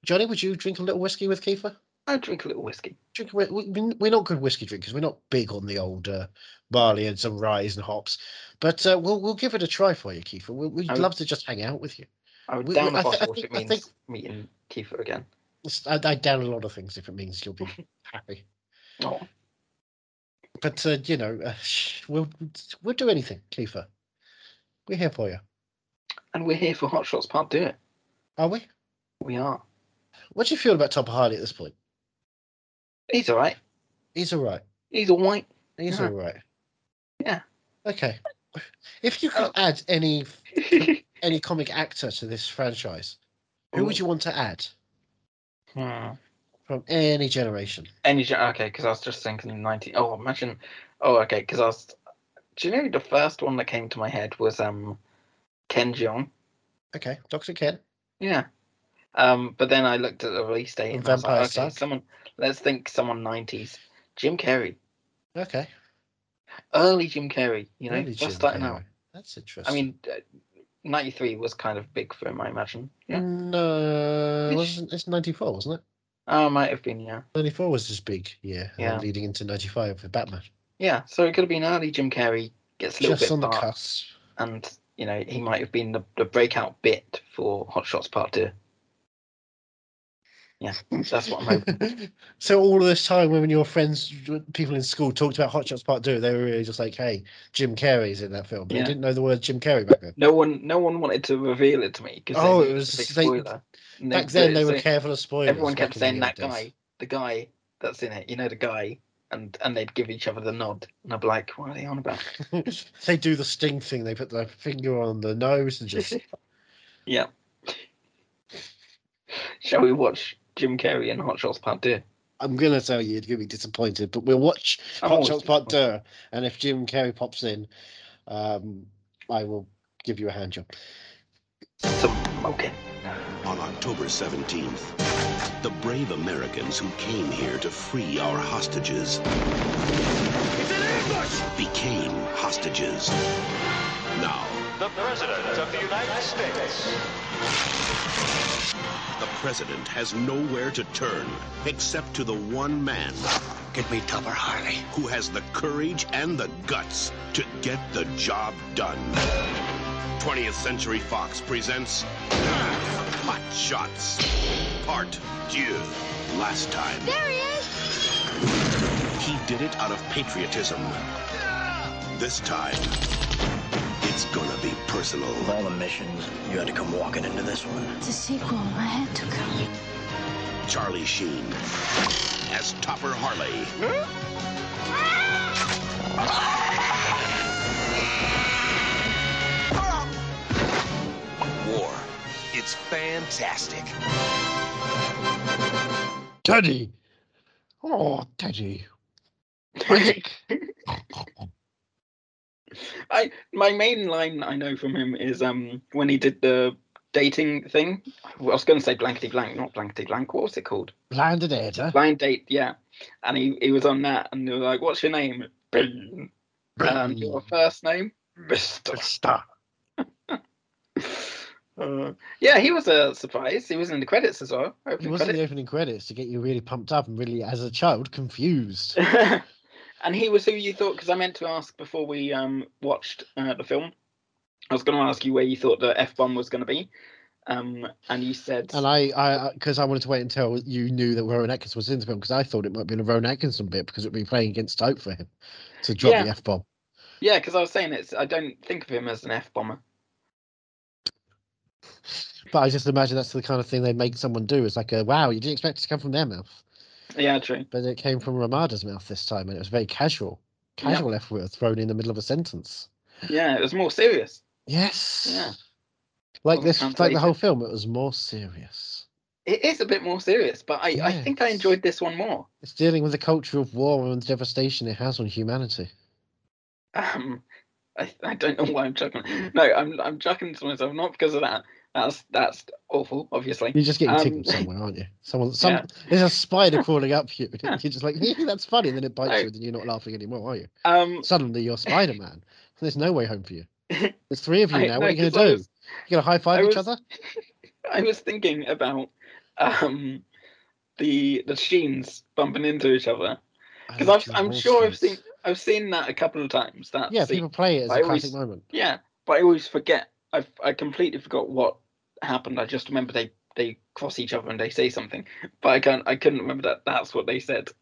[SPEAKER 1] Johnny, would you drink a little whiskey with Kiefer?
[SPEAKER 2] I drink a little whiskey.
[SPEAKER 1] Drink, a whi- we- we- we're not good whiskey drinkers. We're not big on the old uh, barley and some rye and hops, but uh, we'll we'll give it a try for you, Kiefer. We, we'd
[SPEAKER 2] I-
[SPEAKER 1] love to just hang out with you.
[SPEAKER 2] I would
[SPEAKER 1] We-
[SPEAKER 2] down
[SPEAKER 1] we-
[SPEAKER 2] a
[SPEAKER 1] I thi- I
[SPEAKER 2] bottle
[SPEAKER 1] think-
[SPEAKER 2] if it
[SPEAKER 1] I
[SPEAKER 2] means
[SPEAKER 1] think-
[SPEAKER 2] meeting Kiefer again.
[SPEAKER 1] It's- I, I down a lot of things if it means you'll be happy.
[SPEAKER 2] Oh,
[SPEAKER 1] But uh, you know, uh, we'll we'll do anything, Kiefer. We're here for you,
[SPEAKER 2] and we're here for Hot Shots Part Do It.
[SPEAKER 1] are we?
[SPEAKER 2] We are.
[SPEAKER 1] What do you feel about Tom Hardy at this point?
[SPEAKER 2] He's all right.
[SPEAKER 1] He's all right.
[SPEAKER 2] He's all white.
[SPEAKER 1] He's
[SPEAKER 2] Yeah.
[SPEAKER 1] all right.
[SPEAKER 2] Yeah.
[SPEAKER 1] Okay. If you could
[SPEAKER 2] Oh.
[SPEAKER 1] add any
[SPEAKER 2] I
[SPEAKER 1] any comic actor to this franchise, who would
[SPEAKER 2] Ooh.
[SPEAKER 1] you want to add
[SPEAKER 2] Hmm.
[SPEAKER 1] from any generation?
[SPEAKER 2] Any gen- okay, because I was just thinking ninety. Oh, imagine. Oh, okay, because I was. Do you know the first one that came to my head was um, Ken Jeong.
[SPEAKER 1] Okay, Doctor Ken.
[SPEAKER 2] Yeah. Um, but then I looked at the release date and I was like,
[SPEAKER 1] Vampire
[SPEAKER 2] okay,
[SPEAKER 1] Suck.
[SPEAKER 2] someone. Let's think someone nineties. Jim Carrey,
[SPEAKER 1] Okay,
[SPEAKER 2] early Jim Carrey. You know,
[SPEAKER 1] early
[SPEAKER 2] just
[SPEAKER 1] Jim
[SPEAKER 2] starting
[SPEAKER 1] Carrey.
[SPEAKER 2] out.
[SPEAKER 1] That's interesting.
[SPEAKER 2] I mean, ninety three was kind of big for him, I imagine. Yeah.
[SPEAKER 1] no,
[SPEAKER 2] Which-
[SPEAKER 1] wasn't it's ninety four, wasn't it?
[SPEAKER 2] Uh, might have been. Yeah.
[SPEAKER 1] Ninety four was his big year, and then
[SPEAKER 2] Yeah.
[SPEAKER 1] leading into ninety five with Batman.
[SPEAKER 2] Yeah. So it could have been early Jim Carrey. Gets a little
[SPEAKER 1] Just
[SPEAKER 2] bit
[SPEAKER 1] on the
[SPEAKER 2] dark.
[SPEAKER 1] cusp.
[SPEAKER 2] and you know he might have been the, the breakout bit for Hot Shots Part Two. Yeah, that's what I'm hoping.
[SPEAKER 1] so all of this time, when your friends, people in school talked about Hot Shots Part Two, they were really just like, "Hey, Jim Carrey's in that film." But
[SPEAKER 2] Yeah.
[SPEAKER 1] They didn't know the word Jim Carrey back then.
[SPEAKER 2] No one, no one wanted to reveal it to me because
[SPEAKER 1] Oh, it was-
[SPEAKER 2] big
[SPEAKER 1] they-
[SPEAKER 2] spoiler. And
[SPEAKER 1] Back then, they
[SPEAKER 2] so-
[SPEAKER 1] were
[SPEAKER 2] so
[SPEAKER 1] careful of spoilers.
[SPEAKER 2] everyone
[SPEAKER 1] back
[SPEAKER 2] kept
[SPEAKER 1] in the
[SPEAKER 2] saying
[SPEAKER 1] old
[SPEAKER 2] that
[SPEAKER 1] days.
[SPEAKER 2] guy, the guy that's in it. You know, the guy, and and they'd give each other the nod, and I'd be like, "What are they on about?"
[SPEAKER 1] they do the sting thing. They put their finger on the nose and just.
[SPEAKER 2] yeah. Shall we watch Jim Carrey in Hot Shots Part Two?
[SPEAKER 1] I'm gonna tell you, you're gonna be disappointed, but we'll watch
[SPEAKER 2] I'm
[SPEAKER 1] Hot
[SPEAKER 2] always
[SPEAKER 1] Shots Part Two, and if Jim Carrey pops in, um, I will give you a hand job.
[SPEAKER 2] Smoking.
[SPEAKER 3] On October 17th, the brave Americans who came here to free our hostages became hostages. Now,
[SPEAKER 4] The President of the United States.
[SPEAKER 3] the president has nowhere to turn except to the one man
[SPEAKER 5] Get me Tupper Harley.
[SPEAKER 3] who has the courage and the guts to get the job done. 20th Century Fox presents Hot Shots Part 2. Last time. There he is! He did it out of patriotism. This time, it's gonna be personal.
[SPEAKER 5] Of all the missions, you had to come walking into this one.
[SPEAKER 6] It's a sequel. I had to come.
[SPEAKER 3] Charlie Sheen as Topper Harley.
[SPEAKER 4] War. It's fantastic.
[SPEAKER 1] Teddy. Oh, Teddy.
[SPEAKER 2] I my main line I know from him is um when he did the dating thing. I was going to say blankety blank, not blankety blank. What was it called?
[SPEAKER 1] Landed editor.
[SPEAKER 2] Blind date, yeah. And he, he was on that, and they were like, "What's your name?" Bean. And your first name, Mister. Uh, yeah, he was a surprise. He was in the credits as well.
[SPEAKER 1] It
[SPEAKER 2] opening
[SPEAKER 1] wasn't the opening credits to get you really pumped up and really, as a child, confused.
[SPEAKER 2] credits. and he was who you thought. Because I meant to ask before we um watched uh, the film. I was going to ask you where you thought the f bomb was going to be, um, and you said
[SPEAKER 1] And I, I, because I wanted to wait until you knew that Rowan Atkinson was in the film, because I thought it might be a Rowan Atkinson bit because it would be playing against hope for him to drop the
[SPEAKER 2] Yeah.
[SPEAKER 1] f bomb.
[SPEAKER 2] Yeah, because I was saying it's. I don't think of him as an F bomber.
[SPEAKER 1] But I just imagine that's the kind of thing they make someone do. It's like, a, wow, you didn't expect it to come from their mouth,
[SPEAKER 2] Yeah, true.
[SPEAKER 1] but it came from Ramada's mouth this time, and it was very casual, casual f word thrown in the middle of a sentence.
[SPEAKER 2] Yeah, it was more serious.
[SPEAKER 1] Yes.
[SPEAKER 2] Yeah.
[SPEAKER 1] Like
[SPEAKER 2] Wasn't
[SPEAKER 1] this, like the
[SPEAKER 2] translated.
[SPEAKER 1] whole film, it was more serious.
[SPEAKER 2] It is a bit more serious, but I, I think I
[SPEAKER 1] Yes.
[SPEAKER 2] enjoyed this one more.
[SPEAKER 1] It's dealing with the culture of war and the devastation it has on humanity.
[SPEAKER 2] Um, I, I don't know why I'm chuckling. No, I'm I'm chuckling to myself not because of that. That's that's awful, obviously.
[SPEAKER 1] You're just getting
[SPEAKER 2] Um,
[SPEAKER 1] tickled somewhere, aren't you? Someone, some there's a spider crawling up you. You're just like, "Yeah, that's funny. And then it bites
[SPEAKER 2] No.
[SPEAKER 1] you, and then you're not laughing anymore, are you?
[SPEAKER 2] Um,
[SPEAKER 1] Suddenly you're Spider Man. There's no way home for you. There's three of you
[SPEAKER 2] I-
[SPEAKER 1] now.
[SPEAKER 2] no,
[SPEAKER 1] what are you
[SPEAKER 2] 'cause I
[SPEAKER 1] gonna do?
[SPEAKER 2] was-
[SPEAKER 1] You gonna high five
[SPEAKER 2] I
[SPEAKER 1] each
[SPEAKER 2] was-
[SPEAKER 1] other?
[SPEAKER 2] I was thinking about um the the Sheens bumping into each other
[SPEAKER 1] I love
[SPEAKER 2] because
[SPEAKER 1] you,
[SPEAKER 2] I'm
[SPEAKER 1] Wall
[SPEAKER 2] sure I've
[SPEAKER 1] Street.
[SPEAKER 2] seen I've seen that a couple of times. That
[SPEAKER 1] Yeah,
[SPEAKER 2] scene.
[SPEAKER 1] people play it as a
[SPEAKER 2] I always-
[SPEAKER 1] classic moment.
[SPEAKER 2] Yeah, but I always forget. I I completely forgot what happened. I just remember they they cross each other and they say something, but I can't I couldn't remember that that's what they said.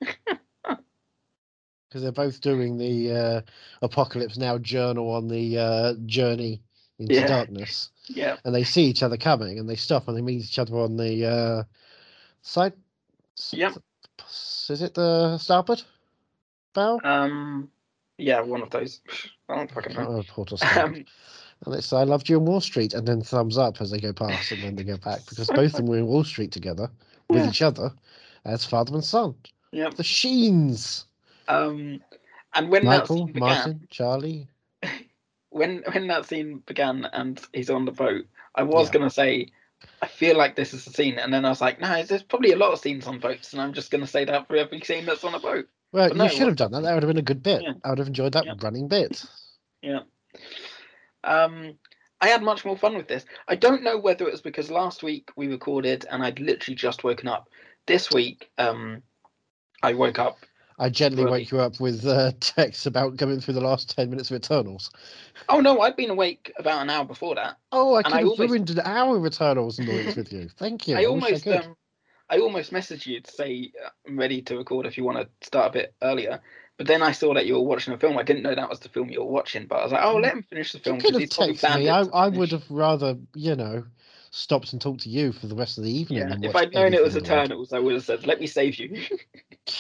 [SPEAKER 1] because they're both doing the uh, apocalypse now journal on the uh, journey into
[SPEAKER 2] Yeah.
[SPEAKER 1] darkness
[SPEAKER 2] Yeah,
[SPEAKER 1] and they see each other coming and they stop and they meet each other on the uh, side s-
[SPEAKER 2] Yep.
[SPEAKER 1] s- is it the starboard bow
[SPEAKER 2] um, yeah, one of those. I don't fucking know.
[SPEAKER 1] Oh, port or starboard.
[SPEAKER 2] Um,
[SPEAKER 1] And it's I loved you in Wall Street, and then thumbs up as they go past, and then they go back because both of them were in Wall Street together with
[SPEAKER 2] Yeah.
[SPEAKER 1] each other as father and son.
[SPEAKER 2] Yep.
[SPEAKER 1] The Sheens,
[SPEAKER 2] Um, and when
[SPEAKER 1] Michael,
[SPEAKER 2] that scene began,
[SPEAKER 1] Martin, Charlie.
[SPEAKER 2] when when that scene began and he's on the boat, I was
[SPEAKER 1] Yeah.
[SPEAKER 2] gonna say, I feel like this is the scene, and then I was like, no, there's probably a lot of scenes on boats, and I'm just gonna say that for every scene that's on a boat.
[SPEAKER 1] Well,
[SPEAKER 2] But
[SPEAKER 1] you
[SPEAKER 2] no,
[SPEAKER 1] should
[SPEAKER 2] what-
[SPEAKER 1] have done that. That would have been a good bit.
[SPEAKER 2] Yeah.
[SPEAKER 1] I would have enjoyed that
[SPEAKER 2] Yeah.
[SPEAKER 1] running bit.
[SPEAKER 2] Um, I had much more fun with this. I don't know whether it was because last week we recorded and I'd literally just woken up. This week, um, I woke up.
[SPEAKER 1] I gently
[SPEAKER 2] Right.
[SPEAKER 1] wake you up with uh, texts about coming through the last ten minutes of Eternals.
[SPEAKER 2] Oh no, I'd been awake about an hour before that.
[SPEAKER 1] Oh, I
[SPEAKER 2] And
[SPEAKER 1] could
[SPEAKER 2] I
[SPEAKER 1] have
[SPEAKER 2] almost-
[SPEAKER 1] ruined an hour of Eternals noise with you. Thank you.
[SPEAKER 2] I
[SPEAKER 1] wish
[SPEAKER 2] almost,
[SPEAKER 1] could.
[SPEAKER 2] um, I almost messaged you to say uh, I'm ready to record if you want to start a bit earlier. But then I saw that you were watching a film. I didn't know that was the film you were watching, but I was like, oh, let him finish the film.
[SPEAKER 1] you could
[SPEAKER 2] 'cause
[SPEAKER 1] have
[SPEAKER 2] he's probably
[SPEAKER 1] Mm. texted
[SPEAKER 2] planned
[SPEAKER 1] me.
[SPEAKER 2] it
[SPEAKER 1] I,
[SPEAKER 2] to
[SPEAKER 1] I
[SPEAKER 2] finish."
[SPEAKER 1] would have rather, you know, stopped and talked to you for the rest of the evening.
[SPEAKER 2] Yeah,
[SPEAKER 1] than
[SPEAKER 2] if
[SPEAKER 1] watch
[SPEAKER 2] I'd known it was
[SPEAKER 1] anything in the world.
[SPEAKER 2] Eternals, I would have said, "Let me save you."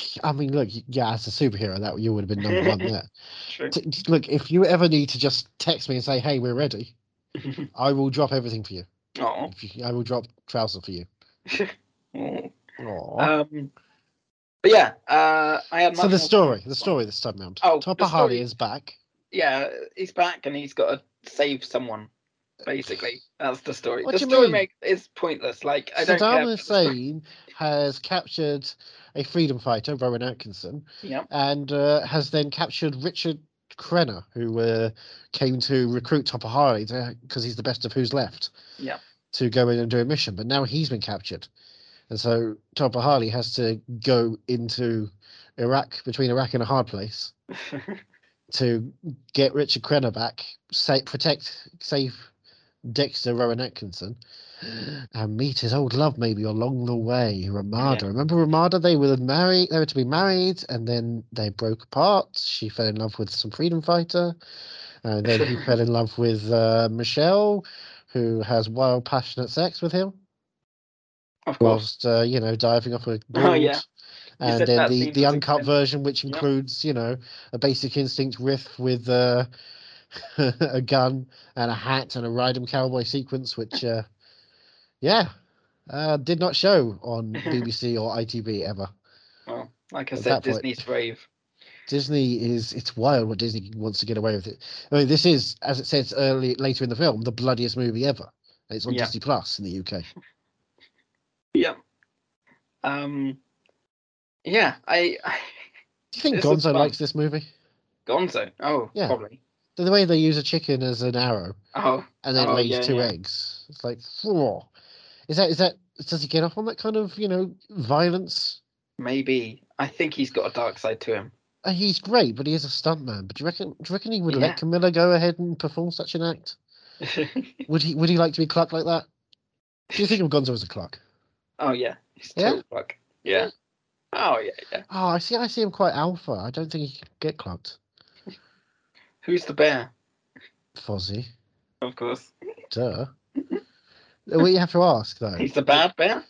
[SPEAKER 1] I mean, look, y- yeah, as a superhero, that you would have been number one there.
[SPEAKER 2] True.
[SPEAKER 1] T- t- look, if you ever need to just text me and say, "Hey, we're ready," I will drop everything for you.
[SPEAKER 2] Aw.
[SPEAKER 1] If you- I will drop trouser for you.
[SPEAKER 2] Aw.
[SPEAKER 1] Aww.
[SPEAKER 2] Um, but yeah, uh, I had.
[SPEAKER 1] so
[SPEAKER 2] much
[SPEAKER 1] the
[SPEAKER 2] more-
[SPEAKER 1] story, the story this time round.
[SPEAKER 2] Oh,
[SPEAKER 1] Topper
[SPEAKER 2] the story-
[SPEAKER 1] Harley is back.
[SPEAKER 2] Yeah, he's back and he's got to save someone. Basically, that's the story.
[SPEAKER 1] What
[SPEAKER 2] the
[SPEAKER 1] do you
[SPEAKER 2] story
[SPEAKER 1] mean?
[SPEAKER 2] make is pointless. Like I don't
[SPEAKER 1] Saddam
[SPEAKER 2] care.
[SPEAKER 1] Hussein has captured a freedom fighter, Rowan Atkinson,
[SPEAKER 2] Yeah,
[SPEAKER 1] and uh, has then captured Richard Krenner, who uh, came to recruit Topper Harley because he's the best of who's left.
[SPEAKER 2] Yeah.
[SPEAKER 1] To go in and do a mission, but now he's been captured, and so Topper Harley has to go into Iraq between Iraq and a hard place to get Richard Krenner back, sa protect, save Dexter Rowan Atkinson, and meet his old love maybe along the way, Ramada.
[SPEAKER 2] Yeah.
[SPEAKER 1] Remember Ramada? They were married. They were to be married, and then they broke apart. She fell in love with some freedom fighter, and then he fell in love with uh, Michelle, who has wild, passionate sex with him
[SPEAKER 2] of course.
[SPEAKER 1] whilst uh, you know diving off a board.
[SPEAKER 2] Oh, yeah. You
[SPEAKER 1] And
[SPEAKER 2] said
[SPEAKER 1] then
[SPEAKER 2] that
[SPEAKER 1] the,
[SPEAKER 2] scene
[SPEAKER 1] the
[SPEAKER 2] was
[SPEAKER 1] uncut
[SPEAKER 2] extended.
[SPEAKER 1] version, which
[SPEAKER 2] Yep.
[SPEAKER 1] includes you know a Basic Instinct riff with uh, a gun and a hat and a Rydom cowboy sequence, which uh, yeah, uh, did not show on BBC or ITV ever.
[SPEAKER 2] Well, like I
[SPEAKER 1] At
[SPEAKER 2] said,
[SPEAKER 1] that point-
[SPEAKER 2] Disney's brave.
[SPEAKER 1] Disney is it's wild what Disney wants to get away with it. I mean, this is as it says early later in the film, the bloodiest movie ever. And It's on
[SPEAKER 2] Yeah.
[SPEAKER 1] Disney Plus in the UK.
[SPEAKER 2] Yeah. Um. Yeah, I, I
[SPEAKER 1] Do you think
[SPEAKER 2] This is
[SPEAKER 1] Gonzo
[SPEAKER 2] fun.
[SPEAKER 1] likes this movie?
[SPEAKER 2] Gonzo. Oh,
[SPEAKER 1] Yeah.
[SPEAKER 2] probably.
[SPEAKER 1] The way they use a chicken as an arrow.
[SPEAKER 2] Oh,
[SPEAKER 1] and then
[SPEAKER 2] Oh,
[SPEAKER 1] lays
[SPEAKER 2] yeah,
[SPEAKER 1] two
[SPEAKER 2] yeah.
[SPEAKER 1] eggs. It's like, whoa. is that is that does he get off on that kind of you know violence?
[SPEAKER 2] maybe. I think he's got a dark side to him.
[SPEAKER 1] Uh, He's great, but he is a stuntman. But do you reckon do you reckon he would
[SPEAKER 2] Yeah.
[SPEAKER 1] let Camilla go ahead and perform such an act? Would he would he like to be Clark like that? Do you think of Gonzo as a Clark?
[SPEAKER 2] oh yeah, he's
[SPEAKER 1] Yeah?
[SPEAKER 2] total fuck. Yeah. Oh yeah, yeah.
[SPEAKER 1] Oh, I see. I see him quite alpha. I don't think he could get clocked.
[SPEAKER 2] Who's the bear?
[SPEAKER 1] Fozzie,
[SPEAKER 2] Of course.
[SPEAKER 1] duh. we have to ask though.
[SPEAKER 2] He's the bad bear?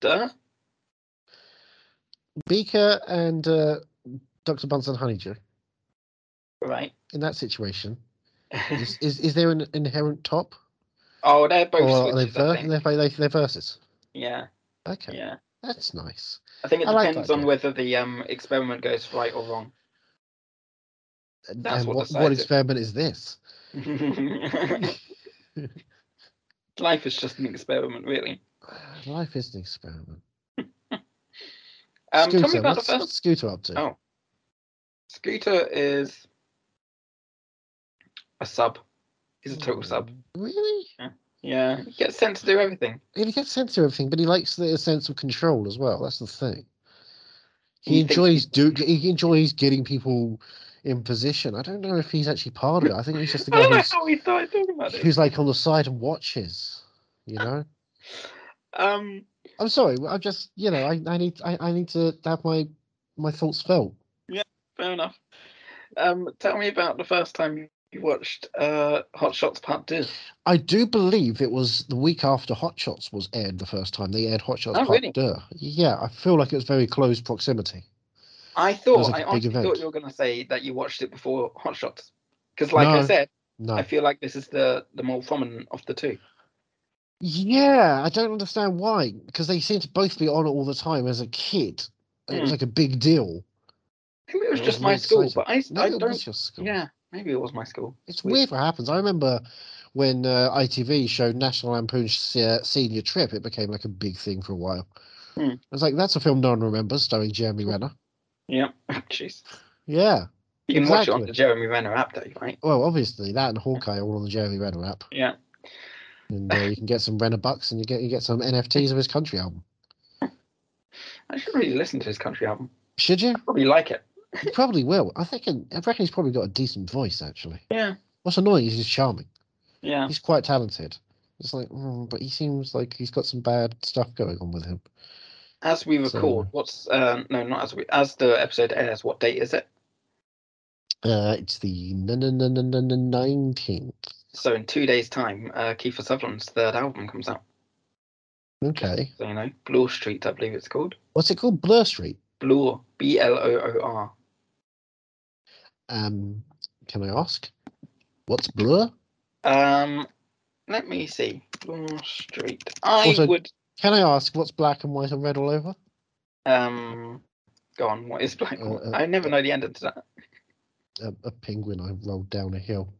[SPEAKER 2] Duh.
[SPEAKER 1] Beaker and uh, Doctor Bunsen Honeydew
[SPEAKER 2] Right.
[SPEAKER 1] in that situation is, is is there an inherent top?
[SPEAKER 2] oh, they're both
[SPEAKER 1] or are they,
[SPEAKER 2] switches, I
[SPEAKER 1] ver-
[SPEAKER 2] think.
[SPEAKER 1] they play they, they're verses.
[SPEAKER 2] Yeah,
[SPEAKER 1] Okay,
[SPEAKER 2] yeah.
[SPEAKER 1] that's nice.
[SPEAKER 2] I think it
[SPEAKER 1] I like that
[SPEAKER 2] depends on
[SPEAKER 1] idea.
[SPEAKER 2] whether the um experiment goes right or wrong.
[SPEAKER 1] And,
[SPEAKER 2] That's
[SPEAKER 1] and
[SPEAKER 2] what
[SPEAKER 1] what,
[SPEAKER 2] the
[SPEAKER 1] what
[SPEAKER 2] size is.
[SPEAKER 1] experiment is this?
[SPEAKER 2] Life is just an experiment, really.
[SPEAKER 1] Life is an experiment.
[SPEAKER 2] Um, tell me
[SPEAKER 1] Scooter,
[SPEAKER 2] about the
[SPEAKER 1] what's,
[SPEAKER 2] first.
[SPEAKER 1] what's Scooter up to?
[SPEAKER 2] Oh. Scooter is a sub. He's a total sub.
[SPEAKER 1] Hmm. Mm. Really?
[SPEAKER 2] Yeah, he gets sent to do everything.
[SPEAKER 1] He gets sense of everything, but he likes the sense of control as well. That's the thing. He,
[SPEAKER 2] He thinks
[SPEAKER 1] enjoys do he enjoys getting people in position. I don't know if he's actually part of it. I think he's just the
[SPEAKER 2] I
[SPEAKER 1] guy
[SPEAKER 2] don't know
[SPEAKER 1] who's,
[SPEAKER 2] how we started talking about this.
[SPEAKER 1] who's like on the side and watches. You know.
[SPEAKER 2] Um,
[SPEAKER 1] I'm sorry. I'm just you know I, I need I, I need to have my my thoughts felt.
[SPEAKER 2] fair enough. Um, tell me about the first time you watched uh Hot Shots Part Two.
[SPEAKER 1] I do believe it was the week after Hot Shots was aired the first time. They aired Hot Shots
[SPEAKER 2] Oh,
[SPEAKER 1] Part
[SPEAKER 2] really?
[SPEAKER 1] Deux. Yeah, I feel like it was very close proximity.
[SPEAKER 2] I thought
[SPEAKER 1] like a
[SPEAKER 2] I
[SPEAKER 1] big
[SPEAKER 2] honestly
[SPEAKER 1] event.
[SPEAKER 2] thought you were going to say that you watched it before Hot Shots because, like I
[SPEAKER 1] No.
[SPEAKER 2] said,
[SPEAKER 1] No.
[SPEAKER 2] I feel like this is the the more prominent of the two.
[SPEAKER 1] Yeah, I don't understand why because they seem to both be on it all the time as a kid. and It was
[SPEAKER 2] Hmm.
[SPEAKER 1] like a big deal.
[SPEAKER 2] Maybe it was
[SPEAKER 1] It
[SPEAKER 2] just
[SPEAKER 1] was
[SPEAKER 2] my
[SPEAKER 1] more
[SPEAKER 2] school,
[SPEAKER 1] exciting.
[SPEAKER 2] but I,
[SPEAKER 1] No,
[SPEAKER 2] I
[SPEAKER 1] it
[SPEAKER 2] don't.
[SPEAKER 1] was your school.
[SPEAKER 2] Yeah, maybe it was my school.
[SPEAKER 1] It's
[SPEAKER 2] We-
[SPEAKER 1] weird what happens. I remember when uh, ITV showed National Lampoon's Se- uh, Senior Trip, it became like a big thing for a while.
[SPEAKER 2] Hmm.
[SPEAKER 1] I was like, that's a film no one remembers, starring Jeremy Renner.
[SPEAKER 2] Yeah. Jeez.
[SPEAKER 1] Yeah.
[SPEAKER 2] You can watch it on
[SPEAKER 1] Exactly.
[SPEAKER 2] the Jeremy Renner app, though, right?
[SPEAKER 1] Well, obviously, that and Hawkeye are all on the Jeremy Renner app.
[SPEAKER 2] Yeah.
[SPEAKER 1] And uh, you can get some Renner bucks and you get you get some NFTs of his country album.
[SPEAKER 2] I should really listen to his country album.
[SPEAKER 1] Should you?
[SPEAKER 2] Probably like it.
[SPEAKER 1] You probably will. I think I reckon he's probably got a decent voice actually.
[SPEAKER 2] Yeah.
[SPEAKER 1] What's annoying is he's charming.
[SPEAKER 2] Yeah.
[SPEAKER 1] He's quite talented. It's like, mm, but he seems like he's got some bad stuff going on with him.
[SPEAKER 2] As we
[SPEAKER 1] So-
[SPEAKER 2] record, what's uh, no, not as we as the episode airs. What date is it?
[SPEAKER 1] Uh, it's the nineteenth.
[SPEAKER 2] So in two days' time, uh, Kiefer Sutherland's third album comes out.
[SPEAKER 1] Okay.
[SPEAKER 2] So you know, Bloor Street, I believe it's called.
[SPEAKER 1] What's it called? Blur Street.
[SPEAKER 2] Bloor, B L O O R.
[SPEAKER 1] Um, can I ask? What's Blur?
[SPEAKER 2] Um, let me see. Bloor Street. I
[SPEAKER 1] Also-
[SPEAKER 2] would
[SPEAKER 1] Can I ask what's black and white and red all over?
[SPEAKER 2] um go on. What is black?
[SPEAKER 1] Uh, uh,
[SPEAKER 2] I never know the end of that.
[SPEAKER 1] A, a penguin I rolled down a hill.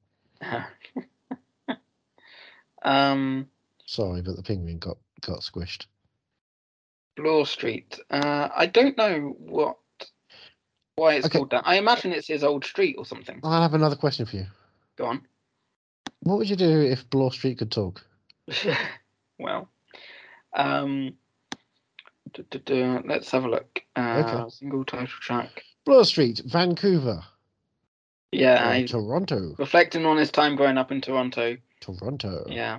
[SPEAKER 2] um,
[SPEAKER 1] Sorry, but the penguin got got squished.
[SPEAKER 2] Bloor Street. Uh, I don't know what why it's
[SPEAKER 1] Okay.
[SPEAKER 2] called that. I imagine it's his old street or something.
[SPEAKER 1] I have another question for you.
[SPEAKER 2] Go on.
[SPEAKER 1] What would you do if Blur Street could talk?
[SPEAKER 2] well, um, duh, duh, duh, let's have a look. Uh, Single title track.
[SPEAKER 1] Blur Street, Vancouver,
[SPEAKER 2] Yeah,
[SPEAKER 1] or
[SPEAKER 2] I-
[SPEAKER 1] Toronto,
[SPEAKER 2] reflecting on his time growing up in Toronto.
[SPEAKER 1] Toronto.
[SPEAKER 2] Yeah,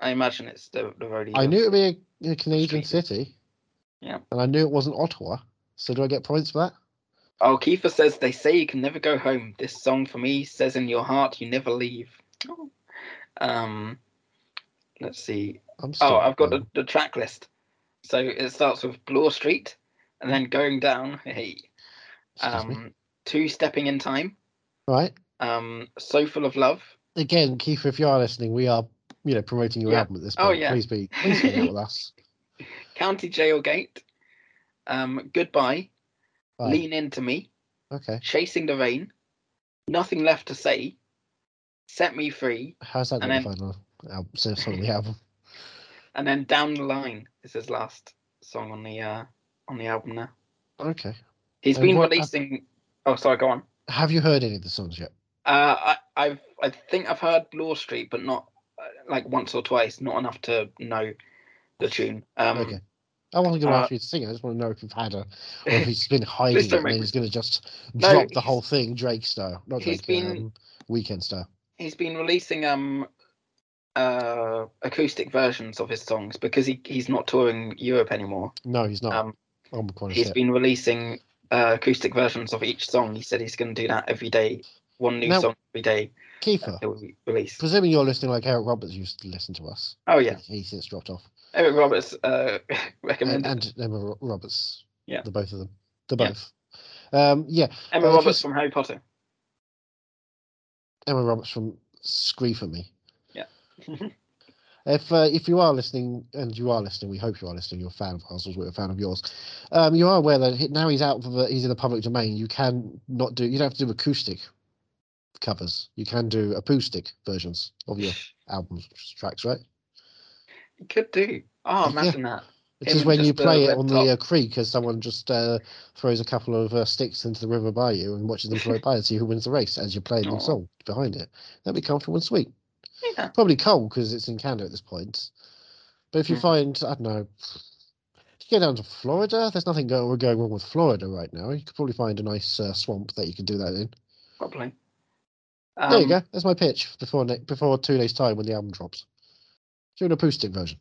[SPEAKER 2] I imagine it's the the road. he
[SPEAKER 1] Uh. I
[SPEAKER 2] lives.
[SPEAKER 1] knew it would be a, a Canadian
[SPEAKER 2] Street.
[SPEAKER 1] city.
[SPEAKER 2] Yeah.
[SPEAKER 1] And I knew it wasn't Ottawa. So do I get points for that?
[SPEAKER 2] Oh, Kiefer says they say you can never go home. This song for me says in your heart you never leave. Oh. Um, let's see.
[SPEAKER 1] I'm
[SPEAKER 2] Oh,
[SPEAKER 1] still
[SPEAKER 2] I've got the,
[SPEAKER 1] going.
[SPEAKER 2] the track list. So it starts with Bloor Street, and then going down. Hey,
[SPEAKER 1] Excuse me.
[SPEAKER 2] um, two stepping in time.
[SPEAKER 1] Right.
[SPEAKER 2] Um, so full of love.
[SPEAKER 1] again, Keith, if you are listening, we are you know promoting your
[SPEAKER 2] Yeah.
[SPEAKER 1] album at this
[SPEAKER 2] Oh,
[SPEAKER 1] point.
[SPEAKER 2] yeah.
[SPEAKER 1] Please be please hang out with us.
[SPEAKER 2] County Jail Gate. Um, goodbye.
[SPEAKER 1] Right,
[SPEAKER 2] Lean into me.
[SPEAKER 1] Okay.
[SPEAKER 2] Chasing the rain. Nothing left to say. Set me free.
[SPEAKER 1] How's that
[SPEAKER 2] And
[SPEAKER 1] going to find an album so- song on the album?
[SPEAKER 2] And then down the line is his last song on the uh, on the album. Now
[SPEAKER 1] Okay.
[SPEAKER 2] he's
[SPEAKER 1] And
[SPEAKER 2] been
[SPEAKER 1] what- uh,
[SPEAKER 2] releasing. Oh, sorry. Go on.
[SPEAKER 1] Have you heard any of the songs yet?
[SPEAKER 2] Uh, I, I've I think I've heard Law Street, but not uh, like once or twice, not enough to know the tune. Um,
[SPEAKER 1] okay. I wasn't going to
[SPEAKER 2] uh,
[SPEAKER 1] ask you to sing it. I just want to know if you've had a, or if he's been hiding
[SPEAKER 2] Please
[SPEAKER 1] it
[SPEAKER 2] don't
[SPEAKER 1] and
[SPEAKER 2] make
[SPEAKER 1] then
[SPEAKER 2] me-
[SPEAKER 1] he's going to just
[SPEAKER 2] No,
[SPEAKER 1] drop the
[SPEAKER 2] he's-
[SPEAKER 1] whole thing Drake style. Not
[SPEAKER 2] he's
[SPEAKER 1] Drake,
[SPEAKER 2] been-
[SPEAKER 1] um, Weekend style.
[SPEAKER 2] He's been releasing um uh acoustic versions of his songs because he he's not touring Europe anymore.
[SPEAKER 1] No, he's not.
[SPEAKER 2] Um,
[SPEAKER 1] I'm quite Oh, a
[SPEAKER 2] he's
[SPEAKER 1] step.
[SPEAKER 2] been releasing uh, acoustic versions of each song. He said he's going to do that every day, one new
[SPEAKER 1] Now-
[SPEAKER 2] song every day
[SPEAKER 1] Kiefer,
[SPEAKER 2] until we release.
[SPEAKER 1] presuming you're listening like Eric Roberts used to listen to us.
[SPEAKER 2] Oh yeah,
[SPEAKER 1] He- He's since dropped off.
[SPEAKER 2] Eric Roberts uh,
[SPEAKER 1] and,
[SPEAKER 2] recommended
[SPEAKER 1] and Emma Ro- Roberts.
[SPEAKER 2] Yeah.
[SPEAKER 1] the both of them. The
[SPEAKER 2] Yeah.
[SPEAKER 1] both. Um, yeah,
[SPEAKER 2] Emma
[SPEAKER 1] uh, if
[SPEAKER 2] Roberts
[SPEAKER 1] he's-
[SPEAKER 2] from Harry Potter.
[SPEAKER 1] Emma Roberts from Scree for Me.
[SPEAKER 2] Yeah.
[SPEAKER 1] if uh, if you are listening, and you are listening, we hope you are listening. You're a fan of ours, as we're a fan of yours. Um, you are aware that he- now he's out for the, he's in the public domain. You can not do. You don't have to do acoustic covers. You can do acoustic versions of your albums tracks, right?
[SPEAKER 2] He could do. Oh,
[SPEAKER 1] Yeah.
[SPEAKER 2] imagine that.
[SPEAKER 1] This
[SPEAKER 2] Him
[SPEAKER 1] is
[SPEAKER 2] and
[SPEAKER 1] when
[SPEAKER 2] just
[SPEAKER 1] you
[SPEAKER 2] the
[SPEAKER 1] play it
[SPEAKER 2] red
[SPEAKER 1] on
[SPEAKER 2] top.
[SPEAKER 1] the uh, creek as someone just uh, throws a couple of uh, sticks into the river by you and watches them float by and see who wins the race as you're playing
[SPEAKER 2] Aw.
[SPEAKER 1] the song behind it. That'd be comfortable and sweet.
[SPEAKER 2] Yeah.
[SPEAKER 1] Probably cold because it's in Canada at this point. But if you
[SPEAKER 2] Mhm.
[SPEAKER 1] find, I don't know, if you go down to Florida, there's nothing go- going wrong with Florida right now. You could probably find a nice uh, swamp that you can do that in.
[SPEAKER 2] Probably.
[SPEAKER 1] there you
[SPEAKER 2] Um,
[SPEAKER 1] go. That's my pitch before ne- before two days' time when the album drops. Do an acoustic version.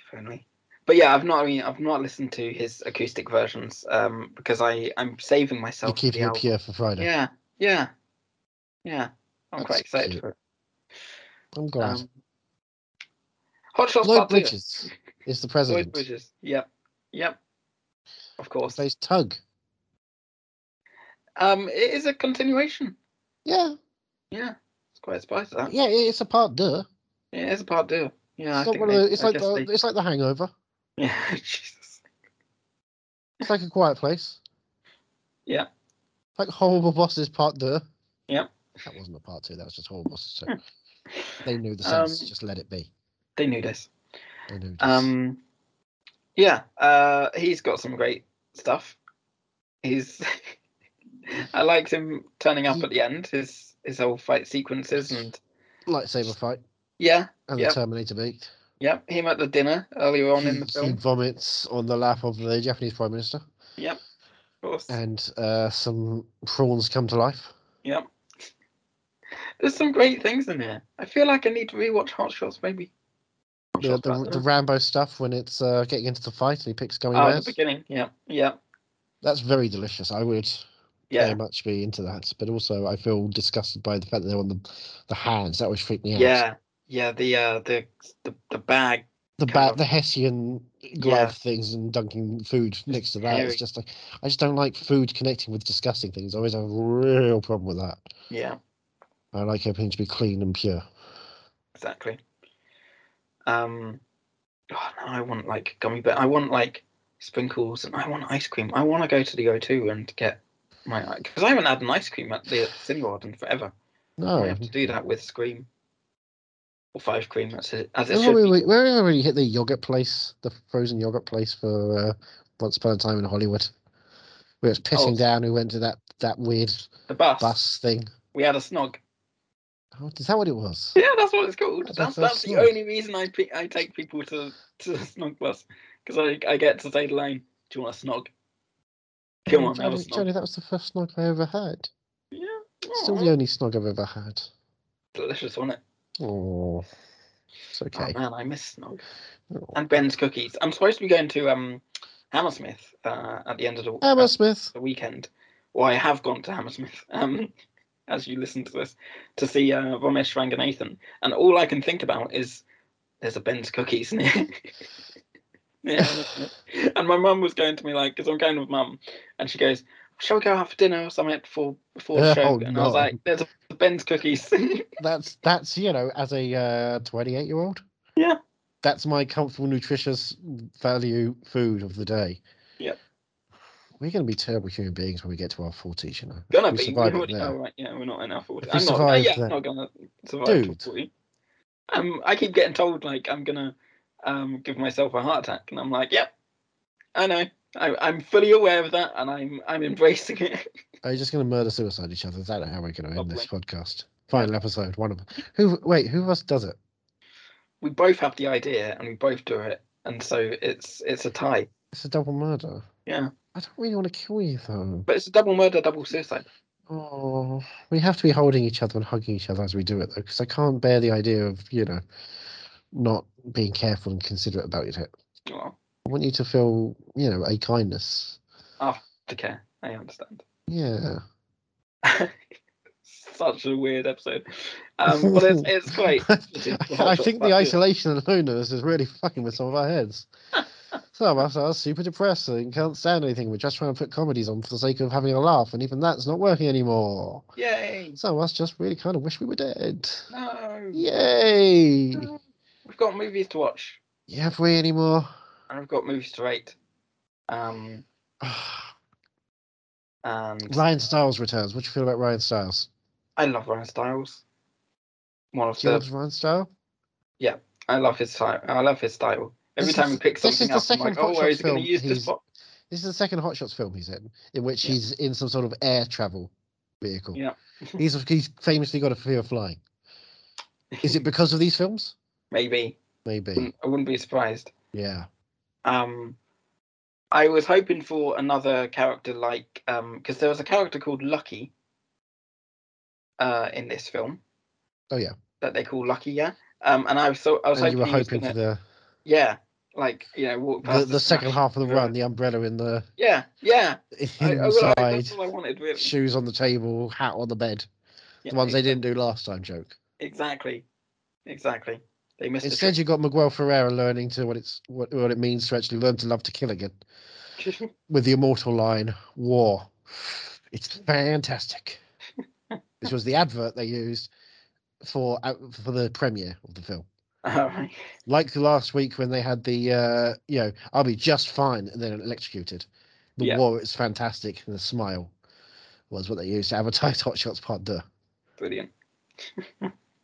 [SPEAKER 2] if only. But yeah, I've not. I mean, I've not listened to his acoustic versions um, because I I'm saving
[SPEAKER 1] You're
[SPEAKER 2] myself. for the
[SPEAKER 1] keeping it
[SPEAKER 2] album.
[SPEAKER 1] pure for Friday.
[SPEAKER 2] Yeah, yeah, yeah. I'm
[SPEAKER 1] That's
[SPEAKER 2] quite excited
[SPEAKER 1] cute.
[SPEAKER 2] for it.
[SPEAKER 1] I'm glad.
[SPEAKER 2] Um, Hot Shots
[SPEAKER 1] Lloyd
[SPEAKER 2] Part Two.
[SPEAKER 1] Bridges is the president.
[SPEAKER 2] Lloyd Bridges. Yep, yep. Of course.
[SPEAKER 1] plays Tug.
[SPEAKER 2] Um, it is a continuation.
[SPEAKER 1] Yeah,
[SPEAKER 2] Yeah, it's quite a surprise. That.
[SPEAKER 1] Yeah, it's a part duh.
[SPEAKER 2] Yeah, it's a part two. Uh Yeah,
[SPEAKER 1] It's,
[SPEAKER 2] I
[SPEAKER 1] not
[SPEAKER 2] think
[SPEAKER 1] one of the-
[SPEAKER 2] they-
[SPEAKER 1] it's
[SPEAKER 2] I
[SPEAKER 1] like
[SPEAKER 2] guess
[SPEAKER 1] the,
[SPEAKER 2] they-
[SPEAKER 1] it's like the Hangover.
[SPEAKER 2] Yeah, Jesus.
[SPEAKER 1] It's like a Quiet Place.
[SPEAKER 2] Yeah.
[SPEAKER 1] Like horrible bosses part duh.
[SPEAKER 2] Yeah. Hmm.
[SPEAKER 1] That wasn't a part two. That was just horrible bosses. So they knew the
[SPEAKER 2] Um,
[SPEAKER 1] sense. just let it be.
[SPEAKER 2] They knew this.
[SPEAKER 1] They knew. Just,
[SPEAKER 2] Um, yeah, uh, he's got some great stuff. He's, I liked him turning up at the end. His his whole fight sequences and
[SPEAKER 1] lightsaber fight
[SPEAKER 2] yeah,
[SPEAKER 1] and
[SPEAKER 2] yeah.
[SPEAKER 1] the Terminator beat.
[SPEAKER 2] yeah, him at the dinner earlier on in the
[SPEAKER 1] He-
[SPEAKER 2] film.
[SPEAKER 1] He vomits on the lap of the Japanese Prime Minister,
[SPEAKER 2] Of course.
[SPEAKER 1] and uh, some prawns come to life.
[SPEAKER 2] Yep. There's some great things in here. I feel like I need to rewatch Hot Shots, maybe. Hot
[SPEAKER 1] The,
[SPEAKER 2] Shots
[SPEAKER 1] the,
[SPEAKER 2] Back
[SPEAKER 1] the
[SPEAKER 2] There.
[SPEAKER 1] Rambo stuff when it's uh, getting into the fight and he picks gummy
[SPEAKER 2] Oh,
[SPEAKER 1] bears.
[SPEAKER 2] the beginning. Yeah, yeah,
[SPEAKER 1] That's very delicious. I would very
[SPEAKER 2] yeah,
[SPEAKER 1] much be into that, but also I feel disgusted by the fact that they're on the, the hands. That always freaked me
[SPEAKER 2] yeah,
[SPEAKER 1] out.
[SPEAKER 2] yeah. The uh, the the, the bag.
[SPEAKER 1] the
[SPEAKER 2] kind
[SPEAKER 1] bat,
[SPEAKER 2] of-
[SPEAKER 1] the Hessian glove
[SPEAKER 2] Yeah.
[SPEAKER 1] things, and dunking food next to that.
[SPEAKER 2] hairy.
[SPEAKER 1] It's just like I just don't like food connecting with disgusting things. I always have a real problem with that.
[SPEAKER 2] Yeah,
[SPEAKER 1] I like everything to be clean and pure.
[SPEAKER 2] exactly. Um, oh, no, I want like gummy bear. I want like sprinkles, and I want ice cream. I want to go to the O2 and get my because I haven't had an ice cream at the Cineworld in forever.
[SPEAKER 1] No,
[SPEAKER 2] I have to do that with Scream or Five Cream. That's it. As it
[SPEAKER 1] Where
[SPEAKER 2] should.
[SPEAKER 1] we,
[SPEAKER 2] be.
[SPEAKER 1] we- where we hit the yogurt place, the frozen yogurt place for uh, Once Upon a Time in Hollywood, where it's pissing
[SPEAKER 2] Oh.
[SPEAKER 1] down. We went to that that weird
[SPEAKER 2] The
[SPEAKER 1] bus thing.
[SPEAKER 2] We had a snog.
[SPEAKER 1] Oh, is that what it was?
[SPEAKER 2] Yeah, that's what it's called.
[SPEAKER 1] That's my
[SPEAKER 2] That's that's,
[SPEAKER 1] first
[SPEAKER 2] the
[SPEAKER 1] snog.
[SPEAKER 2] only reason I pe- I take people to to the snog bus because I I get to say the line. Do you want a snog? Come
[SPEAKER 1] Oh,
[SPEAKER 2] on, have a
[SPEAKER 1] Johnny,
[SPEAKER 2] snog.
[SPEAKER 1] Johnny, that was the first snog I ever had.
[SPEAKER 2] Yeah.
[SPEAKER 1] Still
[SPEAKER 2] Aw,
[SPEAKER 1] the only snog I've ever had.
[SPEAKER 2] delicious, wasn't it?
[SPEAKER 1] Oh, it's okay.
[SPEAKER 2] Oh man, I miss snog
[SPEAKER 1] Oh.
[SPEAKER 2] and Ben's cookies. I'm supposed to be going to um Hammersmith uh, at the end of the
[SPEAKER 1] Oh, Hammersmith.
[SPEAKER 2] the weekend, or I have gone to Hammersmith, um, as you listen to this, to see uh, Ramesh Ranganathan. And all I can think about is there's a Ben's Cookies near. near Hammersmith. and my mum was going to me like, because I'm going with mum, and she goes, "Shall we go out for dinner or something before before the
[SPEAKER 1] Oh,
[SPEAKER 2] show?" And I was
[SPEAKER 1] no.
[SPEAKER 2] like, "There's a Ben's Cookies."
[SPEAKER 1] that's that's you know as a 28 year old
[SPEAKER 2] Yeah.
[SPEAKER 1] that's my comfortable nutritious value food of the day
[SPEAKER 2] Yep.
[SPEAKER 1] we're going to be terrible human beings when we get to our 40s you know
[SPEAKER 2] gonna
[SPEAKER 1] We
[SPEAKER 2] be. We
[SPEAKER 1] survive it
[SPEAKER 2] already,
[SPEAKER 1] there.
[SPEAKER 2] oh, right, yeah, we're not in our 40s.
[SPEAKER 1] If we
[SPEAKER 2] I'm not,
[SPEAKER 1] survive
[SPEAKER 2] yeah, I'm
[SPEAKER 1] that-
[SPEAKER 2] not gonna survive till
[SPEAKER 1] Dude.
[SPEAKER 2] 40. Um, I keep getting told like I'm gonna um give myself a heart attack, and I'm like, yep, I know. I, I'm fully aware of that, and I'm I'm embracing it.
[SPEAKER 1] are you just going to murder suicide each other is that how we're going to end this podcast final episode one of who wait who of us does it
[SPEAKER 2] we both have the idea, and we both do it, and so it's it's a tie.
[SPEAKER 1] it's a double murder
[SPEAKER 2] Yeah.
[SPEAKER 1] i don't really want to kill you though
[SPEAKER 2] But it's a double murder, double suicide.
[SPEAKER 1] oh we have to be holding each other and hugging each other as we do it though because i can't bear the idea of you know not being careful and considerate about it
[SPEAKER 2] Well,
[SPEAKER 1] I want you to feel, you know, a kindness.
[SPEAKER 2] to care, I understand.
[SPEAKER 1] Yeah.
[SPEAKER 2] Such a weird episode, um, but it's it's great.
[SPEAKER 1] I think the isolation and loneliness is really fucking with some of our heads. some of us are super depressed and can't stand anything. We're just trying to put comedies on for the sake of having a laugh, and even that's not working anymore.
[SPEAKER 2] Yay!
[SPEAKER 1] Some of us just really kind of wish we were dead.
[SPEAKER 2] No.
[SPEAKER 1] Yay!
[SPEAKER 2] We've got movies to watch,
[SPEAKER 1] Yeah, have we anymore?
[SPEAKER 2] and I've got movies to rate. Um, and
[SPEAKER 1] Ryan Styles returns. What do you feel about Ryan Styles?
[SPEAKER 2] I love Ryan Styles. One of
[SPEAKER 1] Do you
[SPEAKER 2] the
[SPEAKER 1] love Ryan Styles?
[SPEAKER 2] I love his style. I love his style. Every
[SPEAKER 1] This
[SPEAKER 2] time
[SPEAKER 1] is-
[SPEAKER 2] he picks
[SPEAKER 1] this is
[SPEAKER 2] something
[SPEAKER 1] the
[SPEAKER 2] up, I'm
[SPEAKER 1] second
[SPEAKER 2] like, oh,
[SPEAKER 1] Hot
[SPEAKER 2] where is
[SPEAKER 1] Shots
[SPEAKER 2] he going
[SPEAKER 1] film
[SPEAKER 2] to use this
[SPEAKER 1] he's-
[SPEAKER 2] box?
[SPEAKER 1] This is the second Hot Shots film he's in, in which
[SPEAKER 2] Yeah.
[SPEAKER 1] he's in some sort of air travel vehicle.
[SPEAKER 2] Yeah.
[SPEAKER 1] he's he's famously got a fear of flying. Is it because of these films?
[SPEAKER 2] Maybe.
[SPEAKER 1] Maybe.
[SPEAKER 2] Wouldn't- I wouldn't be surprised.
[SPEAKER 1] Yeah.
[SPEAKER 2] Um, I was hoping for another character like um, because there was a character called Lucky. Uh, in this film
[SPEAKER 1] Oh yeah.
[SPEAKER 2] that they call Lucky, yeah. Um, and I was so I was
[SPEAKER 1] And you
[SPEAKER 2] hoping,
[SPEAKER 1] were
[SPEAKER 2] he was
[SPEAKER 1] hoping for
[SPEAKER 2] gonna-
[SPEAKER 1] the
[SPEAKER 2] yeah, like you know, walk past
[SPEAKER 1] the, the second
[SPEAKER 2] smash.
[SPEAKER 1] half of the
[SPEAKER 2] Yeah.
[SPEAKER 1] run, the umbrella in the
[SPEAKER 2] Yeah, yeah. I, I, well, I,
[SPEAKER 1] inside,
[SPEAKER 2] that's all I wanted, really.
[SPEAKER 1] shoes on the table, hat on the bed.
[SPEAKER 2] Yeah,
[SPEAKER 1] the ones they
[SPEAKER 2] ex-
[SPEAKER 1] didn't do last time joke.
[SPEAKER 2] Exactly, exactly. They missed the
[SPEAKER 1] Instead, you got Miguel Ferreira learning to what it's what, what it means to actually learn to love to kill again
[SPEAKER 2] trick.
[SPEAKER 1] with the immortal line, "War." It's fantastic. This was the advert they used for out- for the premiere of the film.
[SPEAKER 2] All right.
[SPEAKER 1] Like last week when they had the uh, you know I'll be just fine and then electrocuted. The
[SPEAKER 2] Yeah.
[SPEAKER 1] war is fantastic and the smile was what they used to advertise Hot Shots Part Deux.
[SPEAKER 2] Brilliant.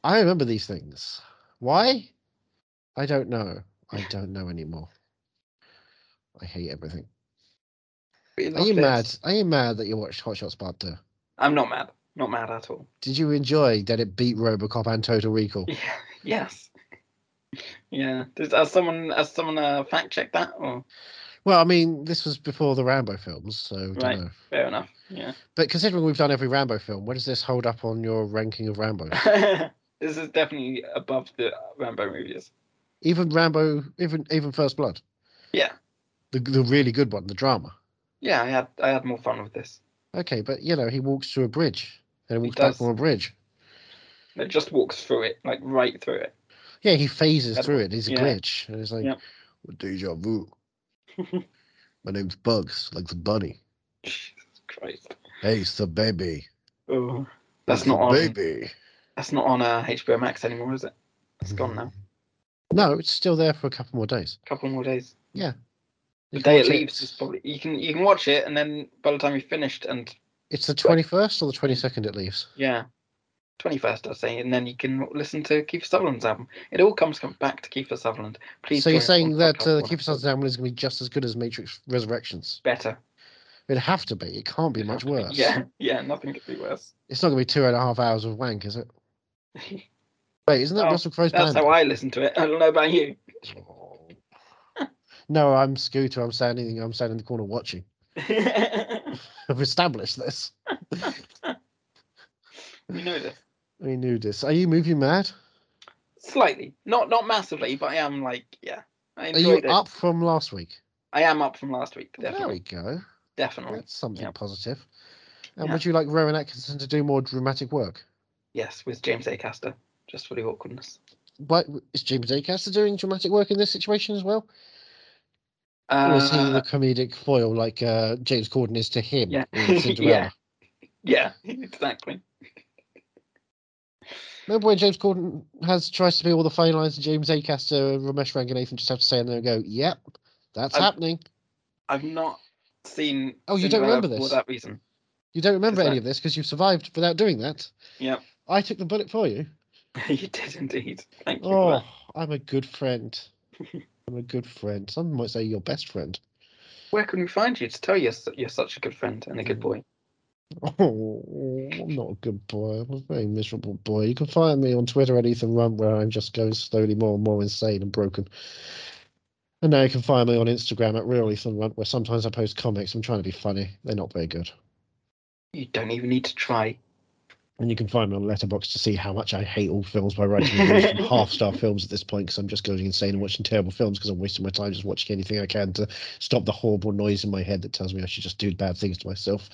[SPEAKER 1] I remember these things. Why? I don't know. I don't know anymore. I hate everything.
[SPEAKER 2] We
[SPEAKER 1] Are
[SPEAKER 2] love
[SPEAKER 1] you
[SPEAKER 2] this.
[SPEAKER 1] mad? Are you mad that you watched Hot Shots Part Two?
[SPEAKER 2] I'm not mad. Not mad at all.
[SPEAKER 1] Did you enjoy that it beat RoboCop and Total Recall?
[SPEAKER 2] Yeah. Yes. Yeah. Does, has someone has someone uh, fact checked that? Or
[SPEAKER 1] Well, I mean, this was before the Rambo films, so I don't
[SPEAKER 2] Right.
[SPEAKER 1] know.
[SPEAKER 2] fair enough. Yeah.
[SPEAKER 1] But considering we've done every Rambo film, where does this hold up on your ranking of Rambo?
[SPEAKER 2] this is definitely above the Rambo movies.
[SPEAKER 1] even Rambo, even even First Blood.
[SPEAKER 2] Yeah.
[SPEAKER 1] The the really good one, the drama.
[SPEAKER 2] Yeah. I had I had more fun with this.
[SPEAKER 1] Okay, but you know, he walks through a bridge. Then he
[SPEAKER 2] He
[SPEAKER 1] walks back
[SPEAKER 2] does.
[SPEAKER 1] from a bridge.
[SPEAKER 2] It just walks through it, like right through it.
[SPEAKER 1] Yeah, he phases
[SPEAKER 2] That-
[SPEAKER 1] through it. He's a
[SPEAKER 2] yeah.
[SPEAKER 1] glitch. And it's like,
[SPEAKER 2] Yep.
[SPEAKER 1] deja vu. My name's Bugs, like the bunny.
[SPEAKER 2] Jesus Christ.
[SPEAKER 1] Hey, it's the baby.
[SPEAKER 2] Oh, that's
[SPEAKER 1] It's the
[SPEAKER 2] not on.
[SPEAKER 1] Baby.
[SPEAKER 2] That's not on uh, HBO Max anymore, is it? It's
[SPEAKER 1] Mm.
[SPEAKER 2] gone now.
[SPEAKER 1] No, it's still there for a couple more days.
[SPEAKER 2] A couple more days.
[SPEAKER 1] You
[SPEAKER 2] The
[SPEAKER 1] can
[SPEAKER 2] day it
[SPEAKER 1] watch
[SPEAKER 2] leaves is probably you can you can watch it, and then by the time you've finished, and
[SPEAKER 1] It's the 21st or the 22nd it leaves.
[SPEAKER 2] yeah, twenty first, I'd say, and then you can listen to Kiefer Sutherland's album. It all comes com- back to Kiefer Sutherland. Please.
[SPEAKER 1] so you're
[SPEAKER 2] join us
[SPEAKER 1] saying
[SPEAKER 2] on
[SPEAKER 1] that
[SPEAKER 2] podcast
[SPEAKER 1] uh, the
[SPEAKER 2] one.
[SPEAKER 1] Keeper Sons Down is going to be just as good as Matrix Resurrections?
[SPEAKER 2] better?
[SPEAKER 1] It'd have to be. It can't be much worse.
[SPEAKER 2] Yeah, yeah, nothing could be worse.
[SPEAKER 1] It's not going to be two and a half hours of wank, is it? Wait, isn't that
[SPEAKER 2] Oh,
[SPEAKER 1] Russell Crowe's
[SPEAKER 2] That's
[SPEAKER 1] band?
[SPEAKER 2] how I listen to it. I don't know about you.
[SPEAKER 1] No, I'm Scooter. I'm standing. I'm standing in the corner watching. I've established this.
[SPEAKER 2] we know this
[SPEAKER 1] We knew this. Are you movie mad?
[SPEAKER 2] slightly, not not massively, but I am like yeah. I
[SPEAKER 1] Are you
[SPEAKER 2] enjoyed it.
[SPEAKER 1] up from last week?
[SPEAKER 2] I am up from last week.
[SPEAKER 1] Well, There we
[SPEAKER 2] Definitely,
[SPEAKER 1] go.
[SPEAKER 2] definitely.
[SPEAKER 1] That's something
[SPEAKER 2] Yeah.
[SPEAKER 1] positive. And
[SPEAKER 2] Yeah.
[SPEAKER 1] would you like Rowan Atkinson to do more dramatic work?
[SPEAKER 2] Yes, with James A. Caster, just for the awkwardness.
[SPEAKER 1] But is James Acaster doing dramatic work in this situation as well? Or is he
[SPEAKER 2] Uh,
[SPEAKER 1] the comedic foil like uh, James Corden is to him
[SPEAKER 2] Yeah.
[SPEAKER 1] in Cinderella?
[SPEAKER 2] Yeah. yeah, exactly.
[SPEAKER 1] Remember when James Corden has tries to be all the fine lines and James Acaster and Ramesh Ranganathan just have to stand there and go, Yep, that's
[SPEAKER 2] I've-
[SPEAKER 1] happening.
[SPEAKER 2] I've not seen.
[SPEAKER 1] Oh, you don't
[SPEAKER 2] Cinderella
[SPEAKER 1] remember
[SPEAKER 2] for
[SPEAKER 1] this?
[SPEAKER 2] that reason.
[SPEAKER 1] You don't remember
[SPEAKER 2] is
[SPEAKER 1] any
[SPEAKER 2] that-
[SPEAKER 1] of this because you've survived without doing that.
[SPEAKER 2] Yep.
[SPEAKER 1] I took the bullet for you.
[SPEAKER 2] you did indeed. Thank you. for
[SPEAKER 1] Oh,
[SPEAKER 2] that.
[SPEAKER 1] I'm a good friend. I'm a good friend. Some might say your best friend.
[SPEAKER 2] Where can we find you to tell you you're su- you're such a good friend and a good boy?
[SPEAKER 1] Oh, I'm not a good boy. I'm a very miserable boy. You can find me on Twitter at Ethan Runt, where I'm just going slowly more and more insane and broken. And now you can find me on Instagram at Real Ethan Runt, where sometimes I post comics. I'm trying to be funny. They're not very good.
[SPEAKER 2] You don't even need to try.
[SPEAKER 1] And you can find me on Letterbox to see how much I hate all films by writing reviews from half-star films at this point, because I'm just going insane and watching terrible films because I'm wasting my time just watching anything I can to stop the horrible noise in my head that tells me I should just do bad things to myself.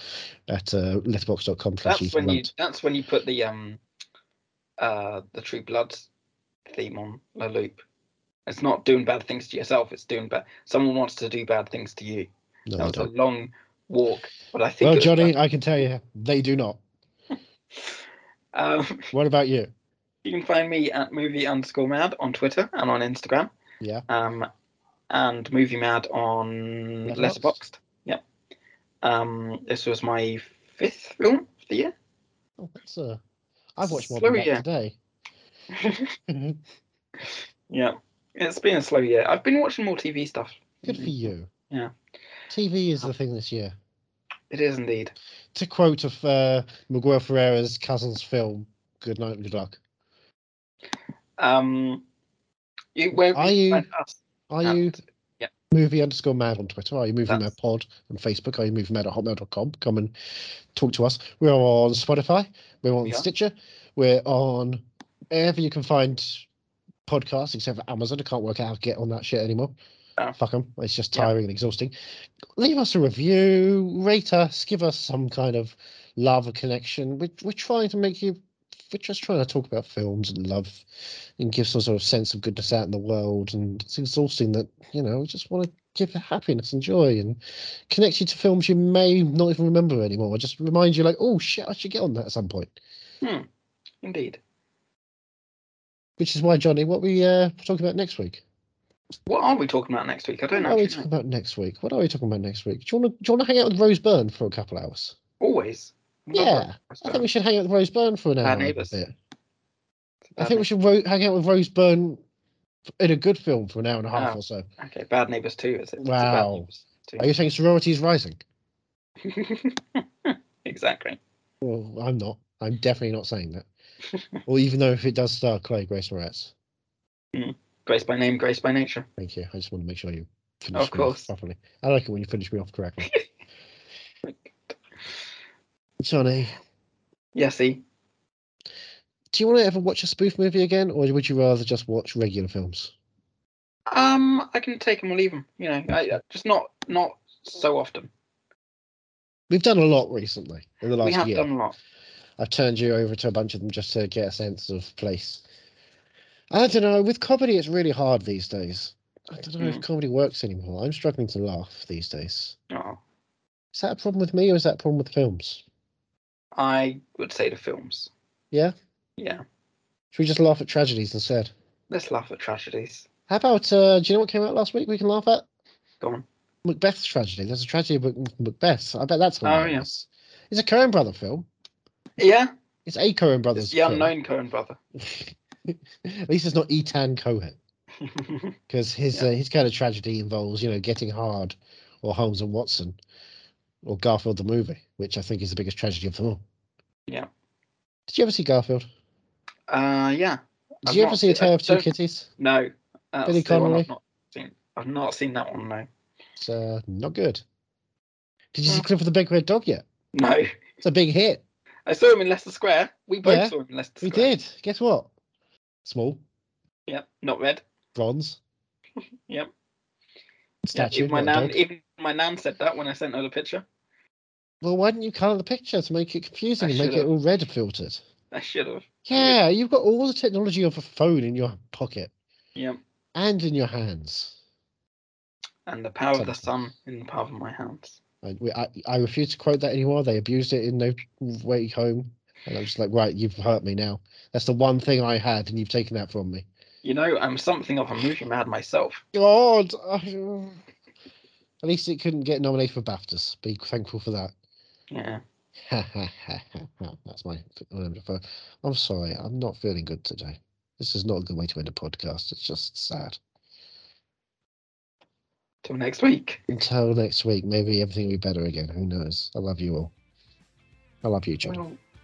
[SPEAKER 1] At uh, letterbox.com slash
[SPEAKER 2] That's
[SPEAKER 1] Ethan
[SPEAKER 2] when you.
[SPEAKER 1] Runt.
[SPEAKER 2] That's when you put the um, uh, the True Blood theme on a loop. It's not doing bad things to yourself. It's doing bad. Someone wants to do bad things to you.
[SPEAKER 1] No,
[SPEAKER 2] That
[SPEAKER 1] I
[SPEAKER 2] was a
[SPEAKER 1] don't.
[SPEAKER 2] long walk, but I think.
[SPEAKER 1] Well,
[SPEAKER 2] it was
[SPEAKER 1] Johnny,
[SPEAKER 2] worth
[SPEAKER 1] I can tell you, they do not.
[SPEAKER 2] it. Um,
[SPEAKER 1] What about you?
[SPEAKER 2] you can find me at movie underscore mad on Twitter and on Instagram.
[SPEAKER 1] Yeah.
[SPEAKER 2] Um, and movie mad on
[SPEAKER 1] Letterboxd?
[SPEAKER 2] Letterboxd. Yep. Um, this was my fifth film of the year.
[SPEAKER 1] Oh, that's uh, I've watched more
[SPEAKER 2] Slow
[SPEAKER 1] than that
[SPEAKER 2] year.
[SPEAKER 1] today. Mm-hmm. Good
[SPEAKER 2] yeah. It's been a slow year. I've been watching more TV stuff.
[SPEAKER 1] for you.
[SPEAKER 2] Yeah.
[SPEAKER 1] TV is the thing this year.
[SPEAKER 2] It is indeed.
[SPEAKER 1] To quote of uh, Miguel Ferreira's cousin's film, "Good Night and Good Luck."
[SPEAKER 2] Um, you, where
[SPEAKER 1] Are
[SPEAKER 2] can
[SPEAKER 1] you-
[SPEAKER 2] find us?
[SPEAKER 1] Are
[SPEAKER 2] at-
[SPEAKER 1] you
[SPEAKER 2] yeah.
[SPEAKER 1] movie underscore mad on Twitter? Are you movie mad
[SPEAKER 2] That's-
[SPEAKER 1] pod on Facebook? Are you movie mad at hotmail.com? Come and talk to us. We're on Spotify. We're on
[SPEAKER 2] We are.
[SPEAKER 1] Stitcher. We're on wherever you can find podcasts, except for Amazon. I can't work out how to get on that shit anymore.
[SPEAKER 2] Oh.
[SPEAKER 1] Fuck them. It's just
[SPEAKER 2] Yeah.
[SPEAKER 1] tiring and exhausting. Leave us a review, rate us, give us some kind of love or connection. We're, we're trying to make you, we're just trying to talk about films and love and give some sort of sense of goodness out in the world. And it's exhausting that, you know, we just want to give you happiness and joy and connect you to films you may not even remember anymore. Just remind you, like, oh shit, I should get on that at some point.
[SPEAKER 2] Indeed.
[SPEAKER 1] Which is why, Johnny, what we uh, talking about next week?
[SPEAKER 2] What are we talking about next week? I don't
[SPEAKER 1] What are we
[SPEAKER 2] actually
[SPEAKER 1] talking
[SPEAKER 2] know.
[SPEAKER 1] about next week? What are we talking about next week? Do you want to do you want to hang out with Rose Byrne for a couple hours?
[SPEAKER 2] Always.
[SPEAKER 1] Yeah, I think we should hang out with Rose Byrne for an hour.
[SPEAKER 2] Bad
[SPEAKER 1] and a
[SPEAKER 2] neighbours.
[SPEAKER 1] bit. I think we should ro- hang out with Rose Byrne in a good film for an hour and a half
[SPEAKER 2] Oh.
[SPEAKER 1] or so.
[SPEAKER 2] Okay, Bad Neighbors 2, is it? It's a
[SPEAKER 1] Wow. Are
[SPEAKER 2] Bad
[SPEAKER 1] you saying sorority is rising?
[SPEAKER 2] Neighbors 2. exactly.
[SPEAKER 1] Well, I'm not. I'm definitely not saying that. or even though if it does star Clay Grace Moretz.
[SPEAKER 2] Grace by name, grace by nature.
[SPEAKER 1] Thank you. I just want to make sure you finish me
[SPEAKER 2] course.
[SPEAKER 1] off properly. I like it when you finish me off correctly. Johnny,
[SPEAKER 2] Yeah, see?
[SPEAKER 1] do you want to ever watch a spoof movie again, or would you rather just watch regular films?
[SPEAKER 2] Um, I can take them or leave them. You know, I, I- just not not so often.
[SPEAKER 1] We've done a lot recently in the
[SPEAKER 2] we
[SPEAKER 1] last
[SPEAKER 2] have
[SPEAKER 1] year.
[SPEAKER 2] done a lot.
[SPEAKER 1] I've turned you over to a bunch of them just to get a sense of place. I don't know. With comedy, it's really hard these days. I don't
[SPEAKER 2] Hmm.
[SPEAKER 1] know if comedy works anymore. I'm struggling to laugh these days.
[SPEAKER 2] Oh,
[SPEAKER 1] Is that a problem with me, or is that a problem with films?
[SPEAKER 2] I would say the films.
[SPEAKER 1] Yeah?
[SPEAKER 2] Yeah.
[SPEAKER 1] Should we just laugh at tragedies instead?
[SPEAKER 2] Let's laugh at tragedies.
[SPEAKER 1] How about uh, do you know what came out last week? We can laugh at
[SPEAKER 2] Go on.
[SPEAKER 1] Macbeth's tragedy. There's a tragedy of Mac- Macbeth. I bet that's
[SPEAKER 2] Oh, yeah.
[SPEAKER 1] hilarious. It's a Coen brother film.
[SPEAKER 2] Yeah,
[SPEAKER 1] It's a Coen
[SPEAKER 2] it's
[SPEAKER 1] brothers.
[SPEAKER 2] the
[SPEAKER 1] film.
[SPEAKER 2] unknown Cohen brother.
[SPEAKER 1] At least it's not Etan Cohen because his
[SPEAKER 2] Yeah.
[SPEAKER 1] uh, his kind of tragedy involves you know getting hard, or Holmes and Watson, or Garfield the movie, which I think is the biggest tragedy of them all.
[SPEAKER 2] Yeah.
[SPEAKER 1] Did you ever see Garfield?
[SPEAKER 2] uh, yeah.
[SPEAKER 1] Did
[SPEAKER 2] I've
[SPEAKER 1] you ever
[SPEAKER 2] not
[SPEAKER 1] see A
[SPEAKER 2] seen- I
[SPEAKER 1] Tale of Two
[SPEAKER 2] don't-
[SPEAKER 1] Kitties?
[SPEAKER 2] No. That's
[SPEAKER 1] Billy
[SPEAKER 2] the one
[SPEAKER 1] Connolly?
[SPEAKER 2] I've not seen. I've not seen that one. No.
[SPEAKER 1] It's uh, not good. Did you see
[SPEAKER 2] Well.
[SPEAKER 1] Cliff with the Big Red Dog yet?
[SPEAKER 2] No.
[SPEAKER 1] It's a big hit.
[SPEAKER 2] I saw him in Leicester Square. We both
[SPEAKER 1] Yeah,
[SPEAKER 2] saw him in Leicester
[SPEAKER 1] We
[SPEAKER 2] Square.
[SPEAKER 1] did. Guess what? Small
[SPEAKER 2] Yeah. Not red.
[SPEAKER 1] bronze.
[SPEAKER 2] Yep. Yeah,
[SPEAKER 1] Statue.
[SPEAKER 2] even my
[SPEAKER 1] not a
[SPEAKER 2] nan,
[SPEAKER 1] dog.
[SPEAKER 2] even my nan said that when I sent her the picture.
[SPEAKER 1] Well, why didn't you colour the picture to make it confusing
[SPEAKER 2] I
[SPEAKER 1] and make it
[SPEAKER 2] should've.
[SPEAKER 1] all red filtered?
[SPEAKER 2] I should have.
[SPEAKER 1] Yeah, you've got all the technology of a phone in your pocket
[SPEAKER 2] Yep.
[SPEAKER 1] and in your hands.
[SPEAKER 2] And the power of the
[SPEAKER 1] Something.
[SPEAKER 2] sun in the power of my hands.
[SPEAKER 1] I, we- I, I refuse to quote that anymore. They abused it in No Way Home. And I'm just like, right, you've hurt me now. That's the one thing I had, and you've taken that from me.
[SPEAKER 2] You know, I'm something of a movie mad myself.
[SPEAKER 1] God. I- At least it couldn't get nominated for BAFTAs. Be thankful for that.
[SPEAKER 2] Yeah.
[SPEAKER 1] That's my remember for. I'm sorry, I'm not feeling good today. This is not a good way to end a podcast. It's just sad.
[SPEAKER 2] Till next week.
[SPEAKER 1] Until next week, maybe everything will be better again. Who knows? I love you all. I love you, John.
[SPEAKER 2] Well,